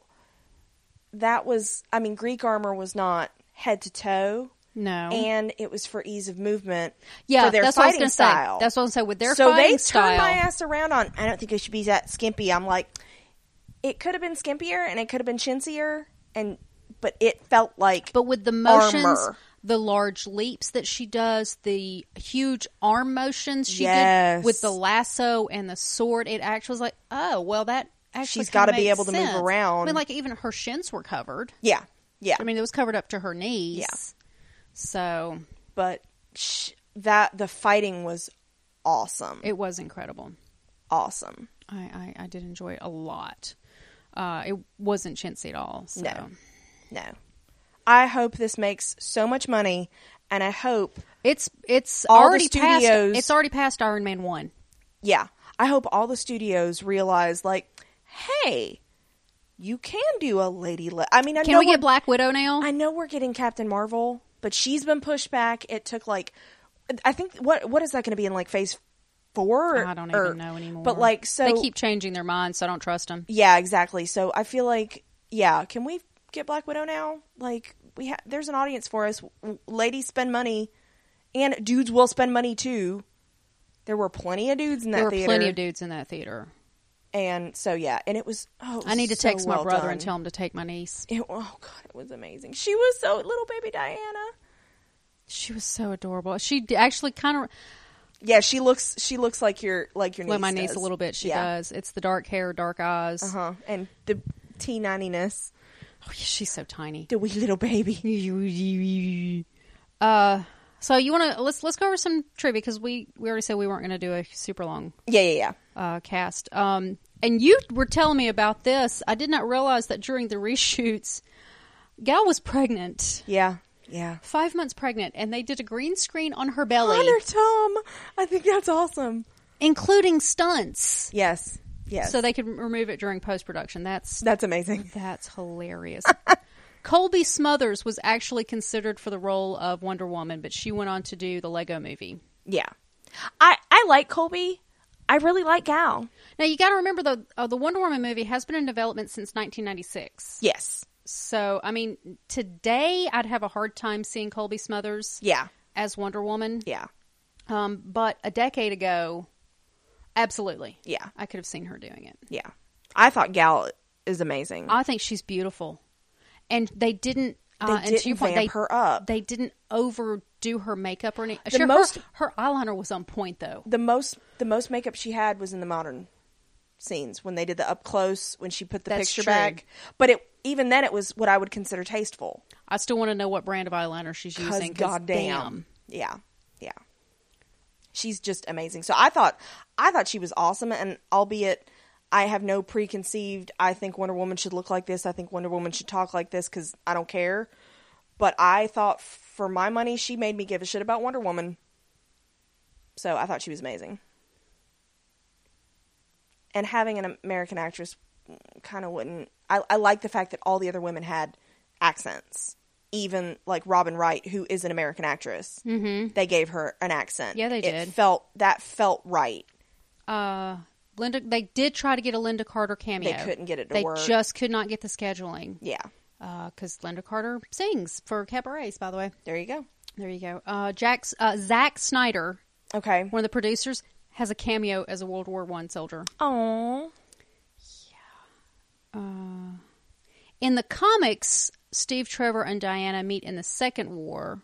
Speaker 1: that was, I mean, Greek armor was not head to toe
Speaker 2: no.
Speaker 1: and it was for ease of movement.
Speaker 2: yeah,
Speaker 1: for their
Speaker 2: that's what I was
Speaker 1: fighting
Speaker 2: gonna
Speaker 1: style.
Speaker 2: say. That's what I'm saying with their
Speaker 1: so
Speaker 2: fighting
Speaker 1: they
Speaker 2: style.
Speaker 1: turned my ass around on. I don't think it should be that skimpy. I'm like, it could have been skimpier and it could have been chintzier, and but it felt like
Speaker 2: But with the motions,
Speaker 1: Armor.
Speaker 2: the large leaps that she does, the huge arm motions she
Speaker 1: Yes.
Speaker 2: did with the lasso and the sword, it actually was like, oh, well, that actually
Speaker 1: She's gotta
Speaker 2: kinda
Speaker 1: be
Speaker 2: made
Speaker 1: able to move
Speaker 2: sense.
Speaker 1: around.
Speaker 2: I mean, like even her shins were covered.
Speaker 1: yeah, yeah.
Speaker 2: I mean, it was covered up to her knees.
Speaker 1: Yeah.
Speaker 2: So
Speaker 1: but sh- that the fighting was awesome,
Speaker 2: it was incredible.
Speaker 1: awesome.
Speaker 2: I, I, I did enjoy it a lot. Uh, it wasn't chintzy at all. So.
Speaker 1: No. No, I hope this makes so much money, and I hope
Speaker 2: It's it's
Speaker 1: All the
Speaker 2: already past
Speaker 1: studios-
Speaker 2: it's already past Iron Man one.
Speaker 1: yeah, I hope all the studios realize like, hey, you can do a lady. Le- I mean, I
Speaker 2: Can
Speaker 1: know
Speaker 2: we
Speaker 1: we're-
Speaker 2: get Black Widow now?
Speaker 1: I know we're getting Captain Marvel, but she's been pushed back. It took like, I think what what is that going to be in like phase four?
Speaker 2: Oh, I don't
Speaker 1: Or-
Speaker 2: even know anymore.
Speaker 1: er, But like, so
Speaker 2: they keep changing their minds, so I don't trust them.
Speaker 1: yeah, exactly. So I feel like yeah, can we get Black Widow now? Like we ha- there's an audience for us. W- Ladies spend money, and dudes will spend money too. There were plenty of dudes in that
Speaker 2: There were
Speaker 1: theater,
Speaker 2: plenty of dudes in that theater.
Speaker 1: and so yeah, and it was. Oh, it was
Speaker 2: I need to
Speaker 1: so
Speaker 2: text my
Speaker 1: well
Speaker 2: brother
Speaker 1: done.
Speaker 2: and tell him to take my niece.
Speaker 1: It, oh god, it was amazing. She was so little baby Diana.
Speaker 2: She was so adorable. She d- actually kind of
Speaker 1: Yeah, she looks. She looks like your like your niece.
Speaker 2: like my niece
Speaker 1: does.
Speaker 2: a little bit. She
Speaker 1: yeah.
Speaker 2: does. It's the dark hair, dark eyes.
Speaker 1: Uh huh. And the T ninety-ness,
Speaker 2: Oh, yeah, she's so tiny.
Speaker 1: the wee little baby.
Speaker 2: Uh, so you want to let's let's go over some trivia because we we already said we weren't going to do a super long
Speaker 1: Yeah, yeah, yeah.
Speaker 2: uh, cast. Um, and you were telling me about this. I did not realize that during the reshoots, Gal was pregnant.
Speaker 1: Yeah, yeah.
Speaker 2: five months pregnant, and they did a green screen on her belly,
Speaker 1: Honor Tom. I think that's awesome.
Speaker 2: including stunts,
Speaker 1: Yes, yes.
Speaker 2: so they could remove it during post production. That's
Speaker 1: that's amazing.
Speaker 2: that's hilarious. Colby Smothers was actually considered for the role of Wonder Woman, but she went on to do the Lego movie.
Speaker 1: Yeah. I I like Colby. I really like Gal.
Speaker 2: Now you got to remember though, uh, the Wonder Woman movie has been in development since 1996.
Speaker 1: Yes.
Speaker 2: So I mean, today I'd have a hard time seeing Colby Smothers
Speaker 1: Yeah.
Speaker 2: as Wonder Woman.
Speaker 1: Yeah.
Speaker 2: Um, but a decade ago, absolutely,
Speaker 1: Yeah.
Speaker 2: I could have seen her doing it.
Speaker 1: Yeah. I thought Gal is amazing.
Speaker 2: I think she's beautiful, and they didn't.
Speaker 1: they
Speaker 2: Uh, and
Speaker 1: didn't
Speaker 2: to your point,
Speaker 1: vamp
Speaker 2: they,
Speaker 1: her up.
Speaker 2: they didn't overdo her makeup or anything.
Speaker 1: The
Speaker 2: Sure,
Speaker 1: most-
Speaker 2: her, her eyeliner was on point though.
Speaker 1: the most the most makeup she had was in the modern scenes when they did the up close when she put the
Speaker 2: That's
Speaker 1: picture
Speaker 2: true.
Speaker 1: back. But it even then it was what I would consider tasteful.
Speaker 2: I still want to know what brand of eyeliner she's
Speaker 1: Cause
Speaker 2: using. 'cause
Speaker 1: goddamn. Yeah. Yeah. She's just amazing. So I thought I thought she was awesome and albeit I have no preconceived I think Wonder Woman should look like this, I think Wonder Woman should talk like this cuz I don't care. But I thought for my money she made me give a shit about Wonder Woman. So I thought she was amazing. And having an American actress kind of wouldn't. I, I like the fact that all the other women had accents. Even like Robin Wright, who is an American actress, mm-hmm. they gave her an accent.
Speaker 2: Yeah, they
Speaker 1: It
Speaker 2: did.
Speaker 1: Felt that felt right.
Speaker 2: uh, Linda, they did try to get a Linda Carter cameo.
Speaker 1: They couldn't get it to
Speaker 2: They
Speaker 1: work.
Speaker 2: just could not get the scheduling
Speaker 1: Yeah,
Speaker 2: because Uh, Linda Carter sings for cabarets. By the way,
Speaker 1: there you go.
Speaker 2: there you go. Uh, Jack's uh, Zack Snyder,
Speaker 1: Okay.
Speaker 2: one of the producers, has a cameo as a World War One soldier.
Speaker 1: Oh,
Speaker 2: In the comics, Steve Trevor and Diana meet in the Second War.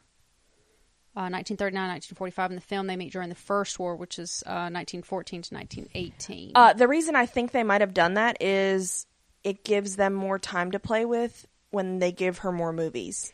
Speaker 2: Uh, 1939, 1945. In the film, they meet during the First War, which is uh, 1914 to 1918.
Speaker 1: Uh, the reason I think they might have done that is it gives them more time to play with when they give her more movies.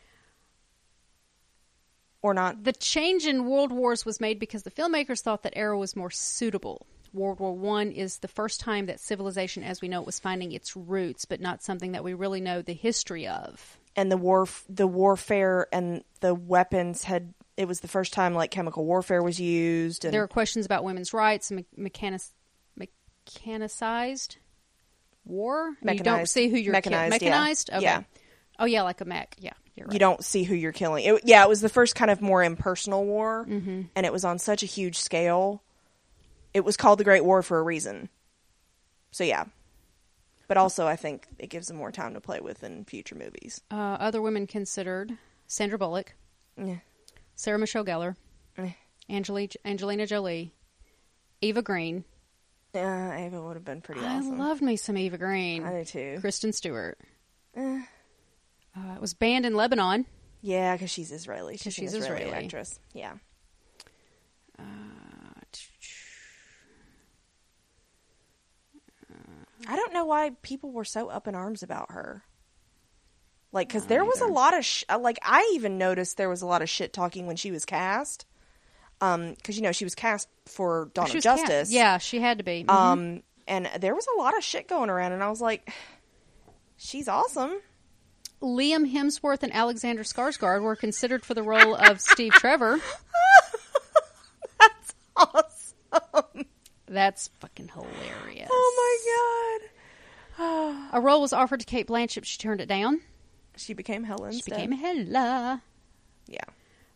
Speaker 1: Or not.
Speaker 2: The change in World Wars was made because the filmmakers thought that era was more suitable. World War One is the first time that civilization as we know it was finding its roots, but not something that we really know the history of.
Speaker 1: and the war the warfare and the weapons had it was the first time like chemical warfare was used and
Speaker 2: There are questions about women's rights and me- mechanic- mechanicized war. You don't
Speaker 1: Mechanized.
Speaker 2: see who you're
Speaker 1: Mechanized, yeah.
Speaker 2: ki- mechanized. Okay.
Speaker 1: Yeah.
Speaker 2: Oh yeah, like a mech. Yeah, you're right.
Speaker 1: you don't see who you're killing. It, yeah, it was the first kind of more impersonal war and it was on such a huge scale. It was called the Great War for a reason. So yeah. But also I think it gives them more time to play with in future movies.
Speaker 2: uh, other women considered: Sandra Bullock,
Speaker 1: Yeah.
Speaker 2: Sarah Michelle Gellar,
Speaker 1: Eh.
Speaker 2: Angeli- Angelina Jolie, Eva Green.
Speaker 1: Uh, Ava would have been pretty
Speaker 2: I
Speaker 1: awesome.
Speaker 2: loved me some Eva Green.
Speaker 1: I do Eh. too.
Speaker 2: Kristen Stewart. Uh, it was banned in Lebanon.
Speaker 1: Yeah, because she's Israeli. She's,
Speaker 2: she's
Speaker 1: an Israeli,
Speaker 2: Israeli. Uh,
Speaker 1: actress. Yeah. I don't know why people were so up in arms about her. Like, because there was a lot of sh- uh, like I even noticed there was a lot of shit talking when she was cast. Um, because you know she was cast for Dawn
Speaker 2: She
Speaker 1: of
Speaker 2: was cat-
Speaker 1: Justice.
Speaker 2: Yeah, she had to be. Mhm.
Speaker 1: Um, and there was a lot of shit going around, and I was like, she's awesome.
Speaker 2: Liam Hemsworth and Alexander Skarsgård were considered for the role of Steve Trevor.
Speaker 1: Awesome.
Speaker 2: That's fucking hilarious.
Speaker 1: Oh my god.
Speaker 2: A role was offered to Kate Blanchett. She turned it down.
Speaker 1: She became Helen.
Speaker 2: She became Hela.
Speaker 1: Yeah.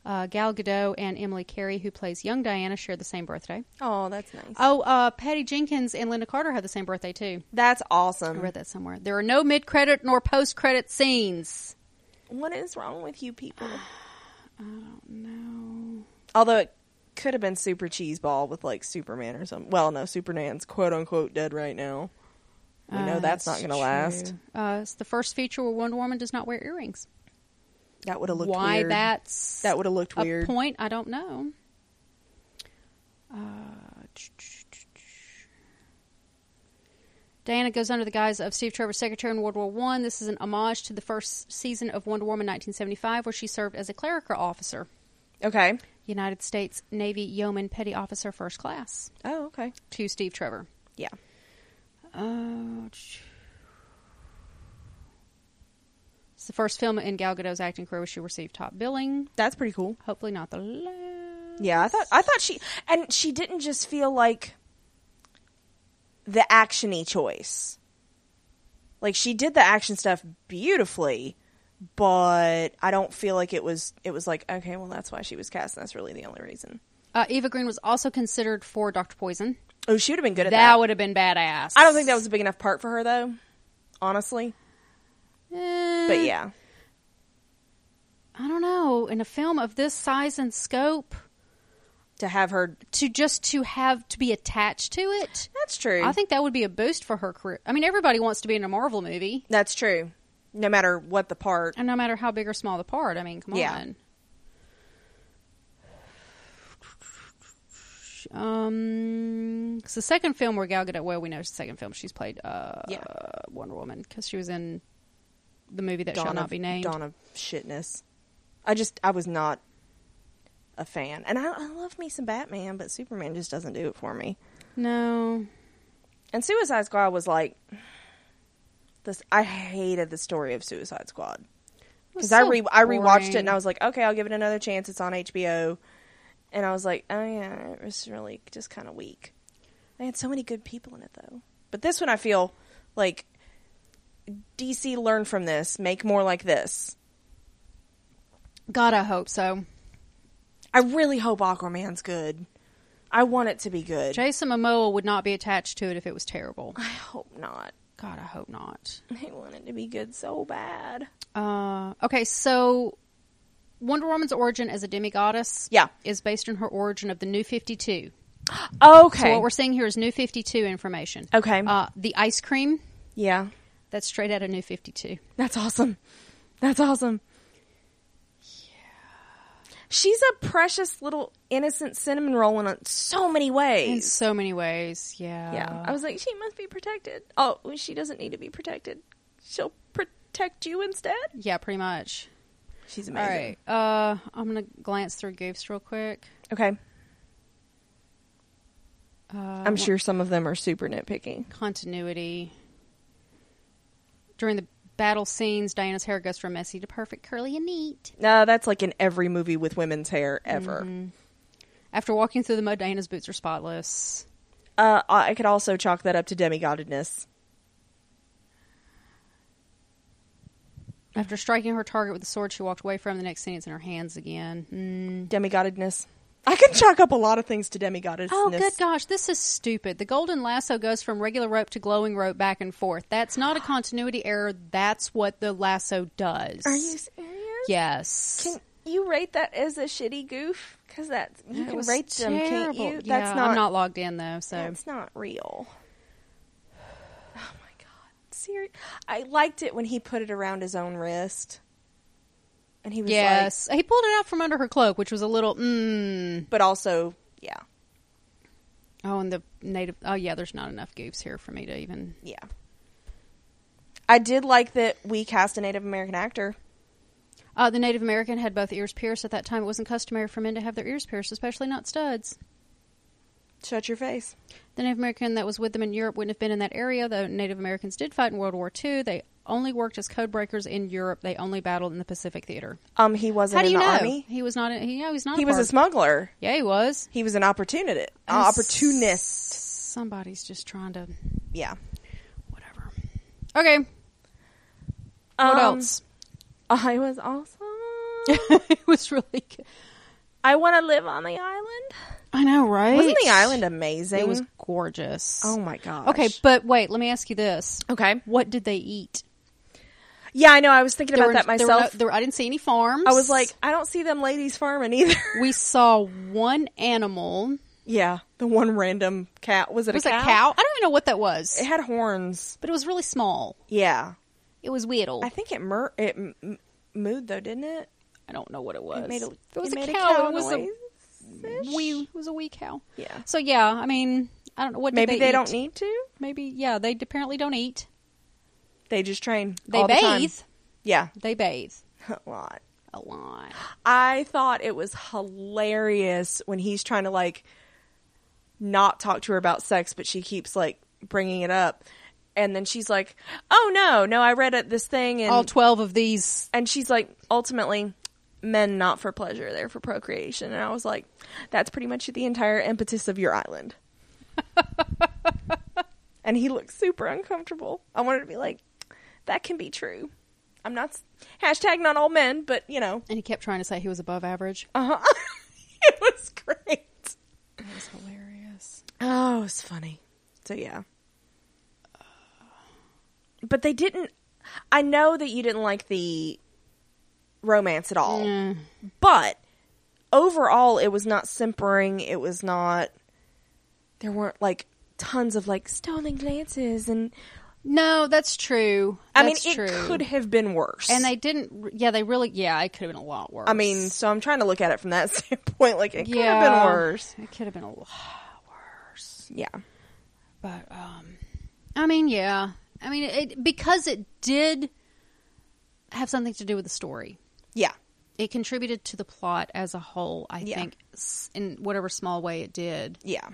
Speaker 2: Uh, Gal Gadot and Emily Carey, who plays young Diana, share the same birthday.
Speaker 1: Oh, that's nice.
Speaker 2: Oh, uh, Patty Jenkins and Linda Carter had the same birthday too.
Speaker 1: That's
Speaker 2: I
Speaker 1: awesome.
Speaker 2: read that somewhere. There are no mid-credit nor post-credit scenes.
Speaker 1: What is wrong with you people?
Speaker 2: No.
Speaker 1: Although it could have been Super Cheese Ball with like Superman or something. Well, no, Superman's quote unquote dead right now. We know Uh, that's not going to last.
Speaker 2: Uh, it's the first feature where Wonder Woman does not wear earrings.
Speaker 1: That would have looked
Speaker 2: Why
Speaker 1: weird.
Speaker 2: that's
Speaker 1: That would have looked
Speaker 2: a
Speaker 1: weird.
Speaker 2: point, I don't know. Uh, Diana goes under the guise of Steve Trevor's secretary in World War One. This is an homage to the first season of Wonder Woman 1975, where she served as a clerical officer,
Speaker 1: Okay.
Speaker 2: United States Navy Yeoman Petty Officer First Class,
Speaker 1: Oh, okay.
Speaker 2: to Steve Trevor.
Speaker 1: Yeah.
Speaker 2: Oh, sh- it's the first film in Gal Gadot's acting career where she received top billing.
Speaker 1: That's pretty cool.
Speaker 2: Hopefully, not the last.
Speaker 1: Yeah, I thought I thought she and she didn't just feel like the actiony choice. Like she did the action stuff beautifully, but I don't feel like it was. It was like okay, well that's why she was cast. And that's really the only reason.
Speaker 2: Uh, Eva Green was also considered for Dr. Poison.
Speaker 1: Oh, she would have been good at
Speaker 2: That,
Speaker 1: that.
Speaker 2: would have been badass.
Speaker 1: I don't think that was a big enough part for her though, honestly.
Speaker 2: Eh,
Speaker 1: But yeah,
Speaker 2: I don't know. In a film of this size and scope,
Speaker 1: to have her,
Speaker 2: to just to have to be attached to it,
Speaker 1: that's true.
Speaker 2: I think that would be a boost for her career. I mean, everybody wants to be in a Marvel movie,
Speaker 1: that's true. No matter what the part,
Speaker 2: and no matter how big or small the part. I mean, come
Speaker 1: Yeah.
Speaker 2: on. Um, it's the second film where Gal Gadot. Well, we know it's the second film she's played. Uh,
Speaker 1: Yeah.
Speaker 2: Wonder Woman because she was in the movie that
Speaker 1: Dawn
Speaker 2: shall not
Speaker 1: of-
Speaker 2: be named.
Speaker 1: Dawn of shitness. I just I was not a fan, and I, I love me some Batman, but Superman just doesn't do it for me.
Speaker 2: No,
Speaker 1: And Suicide Squad was like this. I hated the story of Suicide Squad because I re I rewatched it and I was like, okay, I'll give it another chance. It's on HBO, and I was like, oh yeah, it was really just kind of weak. They had so many good people in it though. But this one, I feel like DC learned from this, make more like this.
Speaker 2: God, I hope so.
Speaker 1: I really hope Aquaman's good. I want it to be good.
Speaker 2: Jason Momoa would not be attached to it if it was terrible.
Speaker 1: I hope not.
Speaker 2: God, I hope not.
Speaker 1: I want it to be good so bad.
Speaker 2: Uh, okay, so Wonder Woman's origin as a demigoddess,
Speaker 1: Yeah.
Speaker 2: is based on her origin of the New Fifty Two. So
Speaker 1: Okay.
Speaker 2: what we're seeing here is New Fifty Two information.
Speaker 1: Okay.
Speaker 2: uh, the ice cream
Speaker 1: yeah.
Speaker 2: that's straight out of New Fifty Two.
Speaker 1: That's awesome. That's awesome. Yeah. She's a precious little innocent cinnamon roll in so many
Speaker 2: In
Speaker 1: ways.
Speaker 2: so many ways, yeah.
Speaker 1: yeah. I was like, she must be protected. Oh, she doesn't need to be protected. She'll protect you instead.
Speaker 2: yeah, pretty much.
Speaker 1: She's
Speaker 2: All
Speaker 1: amazing.
Speaker 2: right, uh, I'm gonna glance through goofs real quick.
Speaker 1: Okay.
Speaker 2: Uh,
Speaker 1: I'm sure some of them are super nitpicking.
Speaker 2: continuity. During the battle scenes, Diana's hair goes from messy to perfect, curly, and neat.
Speaker 1: No, that's like in every movie with women's hair ever.
Speaker 2: Mm-hmm. After walking through the mud, Diana's boots are spotless.
Speaker 1: Uh, I could also chalk that up to demigodness.
Speaker 2: After striking her target with the sword she walked away from, the next scene it's in her hands again. Mm.
Speaker 1: Demigodness. I can chalk up a lot of things to demigodness.
Speaker 2: Oh, good gosh, this is stupid. The golden lasso goes from regular rope to glowing rope back and forth. That's not a continuity error. That's what the lasso does.
Speaker 1: Are you serious?
Speaker 2: Yes.
Speaker 1: Can you rate that as a shitty goof? Because that's you
Speaker 2: That
Speaker 1: can
Speaker 2: was
Speaker 1: rate them, can't
Speaker 2: terrible.
Speaker 1: you?
Speaker 2: Yeah,
Speaker 1: That's not,
Speaker 2: I'm not logged in though, so
Speaker 1: that's not real. Oh my god, serious. I liked it when he put it around his own wrist, and he was
Speaker 2: yes, he pulled it out from under her cloak, which was a little mm.
Speaker 1: like, but also, yeah,
Speaker 2: Oh, and the native. Oh, yeah. There's not enough goofs here for me to even.
Speaker 1: yeah. I did like that we cast a Native American actor.
Speaker 2: Uh, the Native American had both ears pierced at that time. It wasn't customary for men to have their ears pierced, especially not studs.
Speaker 1: Shut your face.
Speaker 2: The Native American that was with them in Europe wouldn't have been in that area, though Native Americans did fight in World War II. They only worked as code breakers in Europe. They only battled in the Pacific Theater.
Speaker 1: Um, he wasn't
Speaker 2: How do
Speaker 1: in
Speaker 2: you
Speaker 1: the
Speaker 2: know?
Speaker 1: army.
Speaker 2: He was not. In, he, no, he's not.
Speaker 1: He was a
Speaker 2: part-
Speaker 1: smuggler.
Speaker 2: Yeah, he was.
Speaker 1: He was an opportunist. opportunist.
Speaker 2: Somebody's just trying to.
Speaker 1: Yeah.
Speaker 2: Whatever. Okay. What
Speaker 1: Um,
Speaker 2: else?
Speaker 1: I was awesome.
Speaker 2: it was really good.
Speaker 1: I want to live on the island.
Speaker 2: I know, right?
Speaker 1: Wasn't the island amazing?
Speaker 2: It was gorgeous.
Speaker 1: Oh my gosh.
Speaker 2: Okay, but wait, let me ask you this.
Speaker 1: Okay.
Speaker 2: What did they eat?
Speaker 1: Yeah, I know. I was thinking
Speaker 2: There
Speaker 1: about
Speaker 2: were-
Speaker 1: that
Speaker 2: there were
Speaker 1: myself.
Speaker 2: no- there- I didn't see any farms.
Speaker 1: I was like, I don't see them ladies farming either.
Speaker 2: we saw one animal.
Speaker 1: yeah, the one random cat was it,
Speaker 2: It was
Speaker 1: a,
Speaker 2: a
Speaker 1: cow?
Speaker 2: cow. I don't even know what that
Speaker 1: It
Speaker 2: was,
Speaker 1: had horns.
Speaker 2: but it was really small.
Speaker 1: Yeah,
Speaker 2: It was weird.
Speaker 1: I think it mer- it m- m- mooed though, didn't it?
Speaker 2: I don't know what it was.
Speaker 1: It made a,
Speaker 2: it was
Speaker 1: it
Speaker 2: a
Speaker 1: made
Speaker 2: cow. it was
Speaker 1: noise.
Speaker 2: a wee. It was a wee cow.
Speaker 1: Yeah.
Speaker 2: So yeah, I mean, I don't know what. did
Speaker 1: Maybe
Speaker 2: they,
Speaker 1: they
Speaker 2: eat?
Speaker 1: don't need to.
Speaker 2: Maybe yeah, they d- apparently don't eat.
Speaker 1: They just train.
Speaker 2: They
Speaker 1: all the time.
Speaker 2: bathe.
Speaker 1: yeah,
Speaker 2: They bathe
Speaker 1: a lot.
Speaker 2: a lot.
Speaker 1: I thought it was hilarious when he's trying to like not talk to her about sex, but she keeps like bringing it up, and then she's like, "Oh no, no, I read it, this thing," and
Speaker 2: All twelve of these.
Speaker 1: and she's like, "Ultimately, men not for pleasure, they're for procreation." And I was like, "That's pretty much the entire impetus of your island." and he looked super uncomfortable. I wanted to be like, "That can be true." I'm not s- hashtag not all men, but you know,
Speaker 2: And he kept trying to say he was above average.
Speaker 1: uh-huh. it was great.
Speaker 2: That was hilarious.
Speaker 1: Oh, it's funny. So yeah. But they didn't I know that you didn't like the romance at all.
Speaker 2: Mm.
Speaker 1: But overall it was not simpering, it was not there weren't like tons of like stolen glances and
Speaker 2: No, that's true.
Speaker 1: I mean
Speaker 2: That's
Speaker 1: it
Speaker 2: true.
Speaker 1: could have been worse.
Speaker 2: And they didn't. Yeah, they really. Yeah, it could have been a lot worse.
Speaker 1: I mean, so I'm trying to look at it from that standpoint like it could
Speaker 2: yeah,
Speaker 1: have been worse.
Speaker 2: It could have been a lot worse.
Speaker 1: Yeah.
Speaker 2: But um, I mean, yeah, I mean, it, because it did have something to do with the story.
Speaker 1: Yeah.
Speaker 2: It contributed to the plot as a whole. I
Speaker 1: Yeah.
Speaker 2: think s- in whatever small way it did.
Speaker 1: Yeah.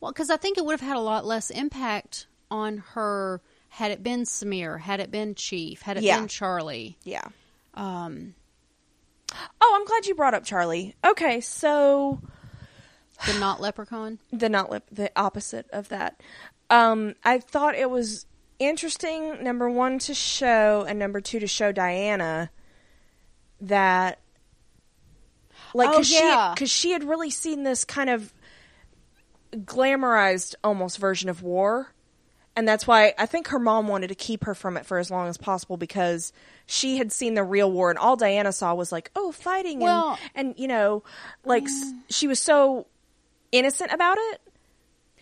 Speaker 2: Well, because I think it would have had a lot less impact on her had it been Samir, had it been Chief, had it
Speaker 1: Yeah.
Speaker 2: been Charlie.
Speaker 1: Yeah. Um Oh, I'm glad you brought up Charlie. Okay, so
Speaker 2: The not leprechaun.
Speaker 1: the not lip the opposite of that. Um I thought it was interesting number 1 to show and number 2 to show Diana that like
Speaker 2: Oh,
Speaker 1: cuz
Speaker 2: yeah.
Speaker 1: she cuz she had really seen this kind of glamorized almost version of war. And that's why I think her mom wanted to keep her from it for as long as possible because she had seen the real war and all Diana saw was like, oh, fighting
Speaker 2: Well-
Speaker 1: and, and, you know, like s she was so innocent about it.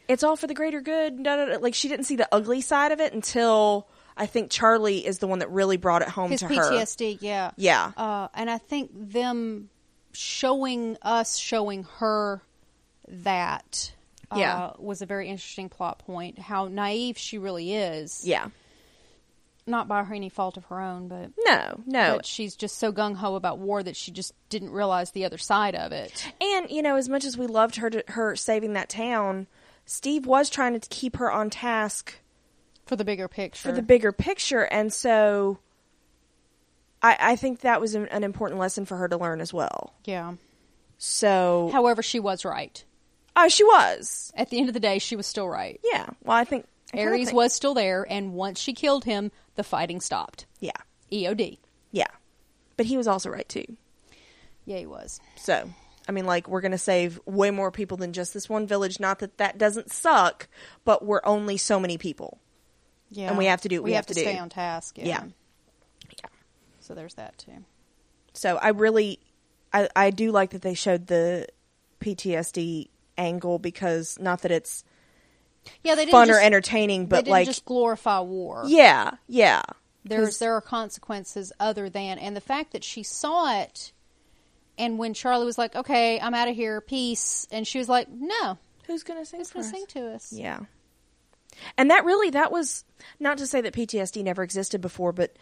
Speaker 1: It's all for the greater good. Da, da, da. Like she didn't see the ugly side of it until I think Charlie is the one that really brought it home
Speaker 2: His
Speaker 1: to her.
Speaker 2: PTSD, yeah.
Speaker 1: Yeah.
Speaker 2: Uh, and I think them showing us, showing her that uh,
Speaker 1: Yeah.
Speaker 2: was a very interesting plot point. How naive she really is.
Speaker 1: Yeah.
Speaker 2: Not by her any fault of her own, but,
Speaker 1: No, no.
Speaker 2: but she's just so gung ho about war that she just didn't realize the other side of it.
Speaker 1: And you know, as much as we loved her to, her saving that town, Steve was trying to keep her on task
Speaker 2: For the bigger picture.
Speaker 1: for the bigger picture, and so I, I think that was an, an important lesson for her to learn as well.
Speaker 2: yeah.
Speaker 1: So
Speaker 2: However, she was right.
Speaker 1: oh, she was,
Speaker 2: At the end of the day, she was still right.
Speaker 1: yeah. Well, I think I kinda
Speaker 2: Ares
Speaker 1: think-
Speaker 2: was still there, and once she killed him, the fighting stopped. E
Speaker 1: yeah,
Speaker 2: EOD.
Speaker 1: yeah. But he was also right too.
Speaker 2: Yeah, he was.
Speaker 1: So I mean, like we're gonna save way more people than just this one village. Not that that doesn't suck, but we're only so many people.
Speaker 2: Yeah.
Speaker 1: we have to do what
Speaker 2: we,
Speaker 1: we have
Speaker 2: have, to,
Speaker 1: to do.
Speaker 2: stay on task. Yeah.
Speaker 1: Yeah. Yeah.
Speaker 2: So there's that too.
Speaker 1: So I really, I, I do like that they showed the PTSD angle because not that it's
Speaker 2: Yeah, they didn't
Speaker 1: fun
Speaker 2: just,
Speaker 1: or entertaining,
Speaker 2: they
Speaker 1: but
Speaker 2: didn't
Speaker 1: like,
Speaker 2: just glorify war.
Speaker 1: yeah, yeah,
Speaker 2: There's there are consequences other than and the fact that she saw it and when Charlie was like, "Okay, I'm out of here. Peace." And she was like, "No.
Speaker 1: who's gonna sing?
Speaker 2: Who's going to sing to us?"
Speaker 1: Yeah, and that really that was not to say that PTSD never existed before, but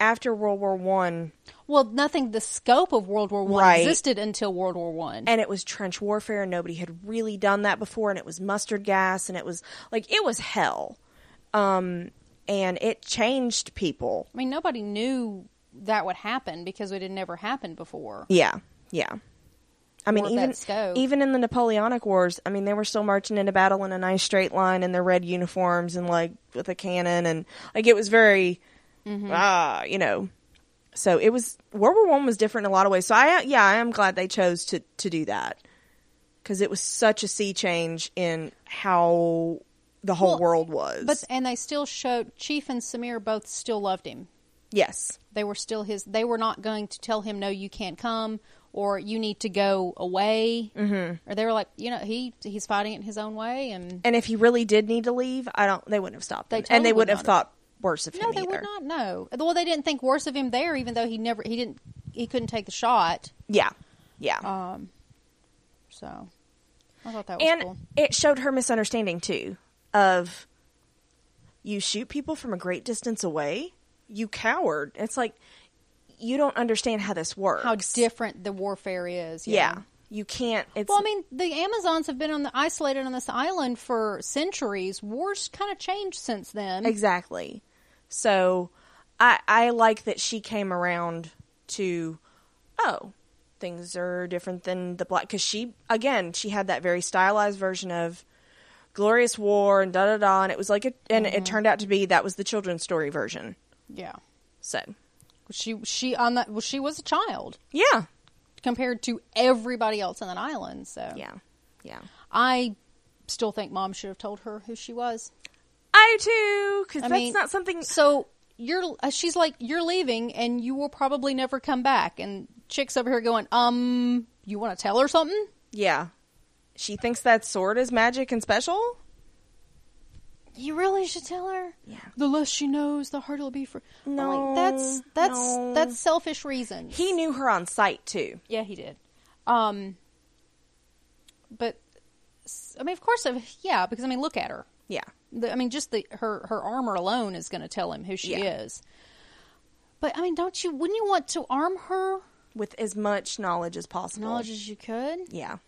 Speaker 1: after World War One,
Speaker 2: Well, nothing the scope of World War 1
Speaker 1: Right.
Speaker 2: existed until World War 1.
Speaker 1: and it was trench warfare, and nobody had really done that before, and it was mustard gas, and it was like it was hell, um, and it changed people.
Speaker 2: I mean, nobody knew that would happen because it had never happened before.
Speaker 1: Yeah, yeah. I mean,
Speaker 2: Or
Speaker 1: even
Speaker 2: that stove.
Speaker 1: even in the Napoleonic Wars, I mean, they were still marching into battle in a nice straight line in their red uniforms and like with a cannon and like it was very,
Speaker 2: Mm-hmm.
Speaker 1: ah, you know. So it was World War One was different in a lot of ways. So I yeah, I am glad they chose to to do that because it was such a sea change in how the whole
Speaker 2: Well,
Speaker 1: world was.
Speaker 2: But and they still showed Chief and Samir both still loved him.
Speaker 1: yes,
Speaker 2: they were still his they were not going to tell him no you can't come or you need to go away mm-hmm. or they were like you know he he's fighting it his own way and
Speaker 1: and if he really did need to leave, I don't. They wouldn't have stopped him,
Speaker 2: They
Speaker 1: and
Speaker 2: totally
Speaker 1: they
Speaker 2: would
Speaker 1: wouldn't have
Speaker 2: not have.
Speaker 1: thought worse of him.
Speaker 2: no they
Speaker 1: either.
Speaker 2: would not know well they didn't think worse of him there even though he never he didn't he couldn't take the shot
Speaker 1: Yeah, yeah.
Speaker 2: um so i thought that was
Speaker 1: and
Speaker 2: cool
Speaker 1: it showed her misunderstanding too of you shoot people from a great distance away you coward it's like you don't understand how this works
Speaker 2: how different the warfare is
Speaker 1: yeah. you can't it's
Speaker 2: Well, I mean, the Amazons have been on the isolated on this island for centuries. Wars kind of changed since then.
Speaker 1: exactly so i i like that she came around to oh things are different than the black because she again she had that very stylized version of Glorious War and da da da, and it was like, a, and
Speaker 2: Mm-hmm.
Speaker 1: it turned out to be that was the children's story version.
Speaker 2: Yeah.
Speaker 1: So,
Speaker 2: She she on that well, she was a child
Speaker 1: yeah,
Speaker 2: compared to everybody else on that island. So
Speaker 1: yeah, yeah.
Speaker 2: I still think mom should have told her who she was.
Speaker 1: I too, because
Speaker 2: I
Speaker 1: that's
Speaker 2: mean,
Speaker 1: not something.
Speaker 2: So you're uh, she's like you're leaving and you will probably never come back. And chicks over here going, um, you want to tell her something?
Speaker 1: Yeah, she thinks that sword is magic and special.
Speaker 2: You really should tell her.
Speaker 1: Yeah.
Speaker 2: The less she knows, the harder it'll be for. I'm like,
Speaker 1: No,
Speaker 2: that's that's
Speaker 1: no.
Speaker 2: that's selfish reasons.
Speaker 1: He knew her on sight too.
Speaker 2: Yeah, he did. Um, but s- I mean, of course, if- yeah, because I mean, look at her.
Speaker 1: Yeah,
Speaker 2: The, I mean, just the her her armor alone is going to tell him who she
Speaker 1: Yeah.
Speaker 2: is. But I mean, don't you? Wouldn't you want to arm her
Speaker 1: with as much knowledge as possible.
Speaker 2: knowledge as you could?
Speaker 1: Yeah.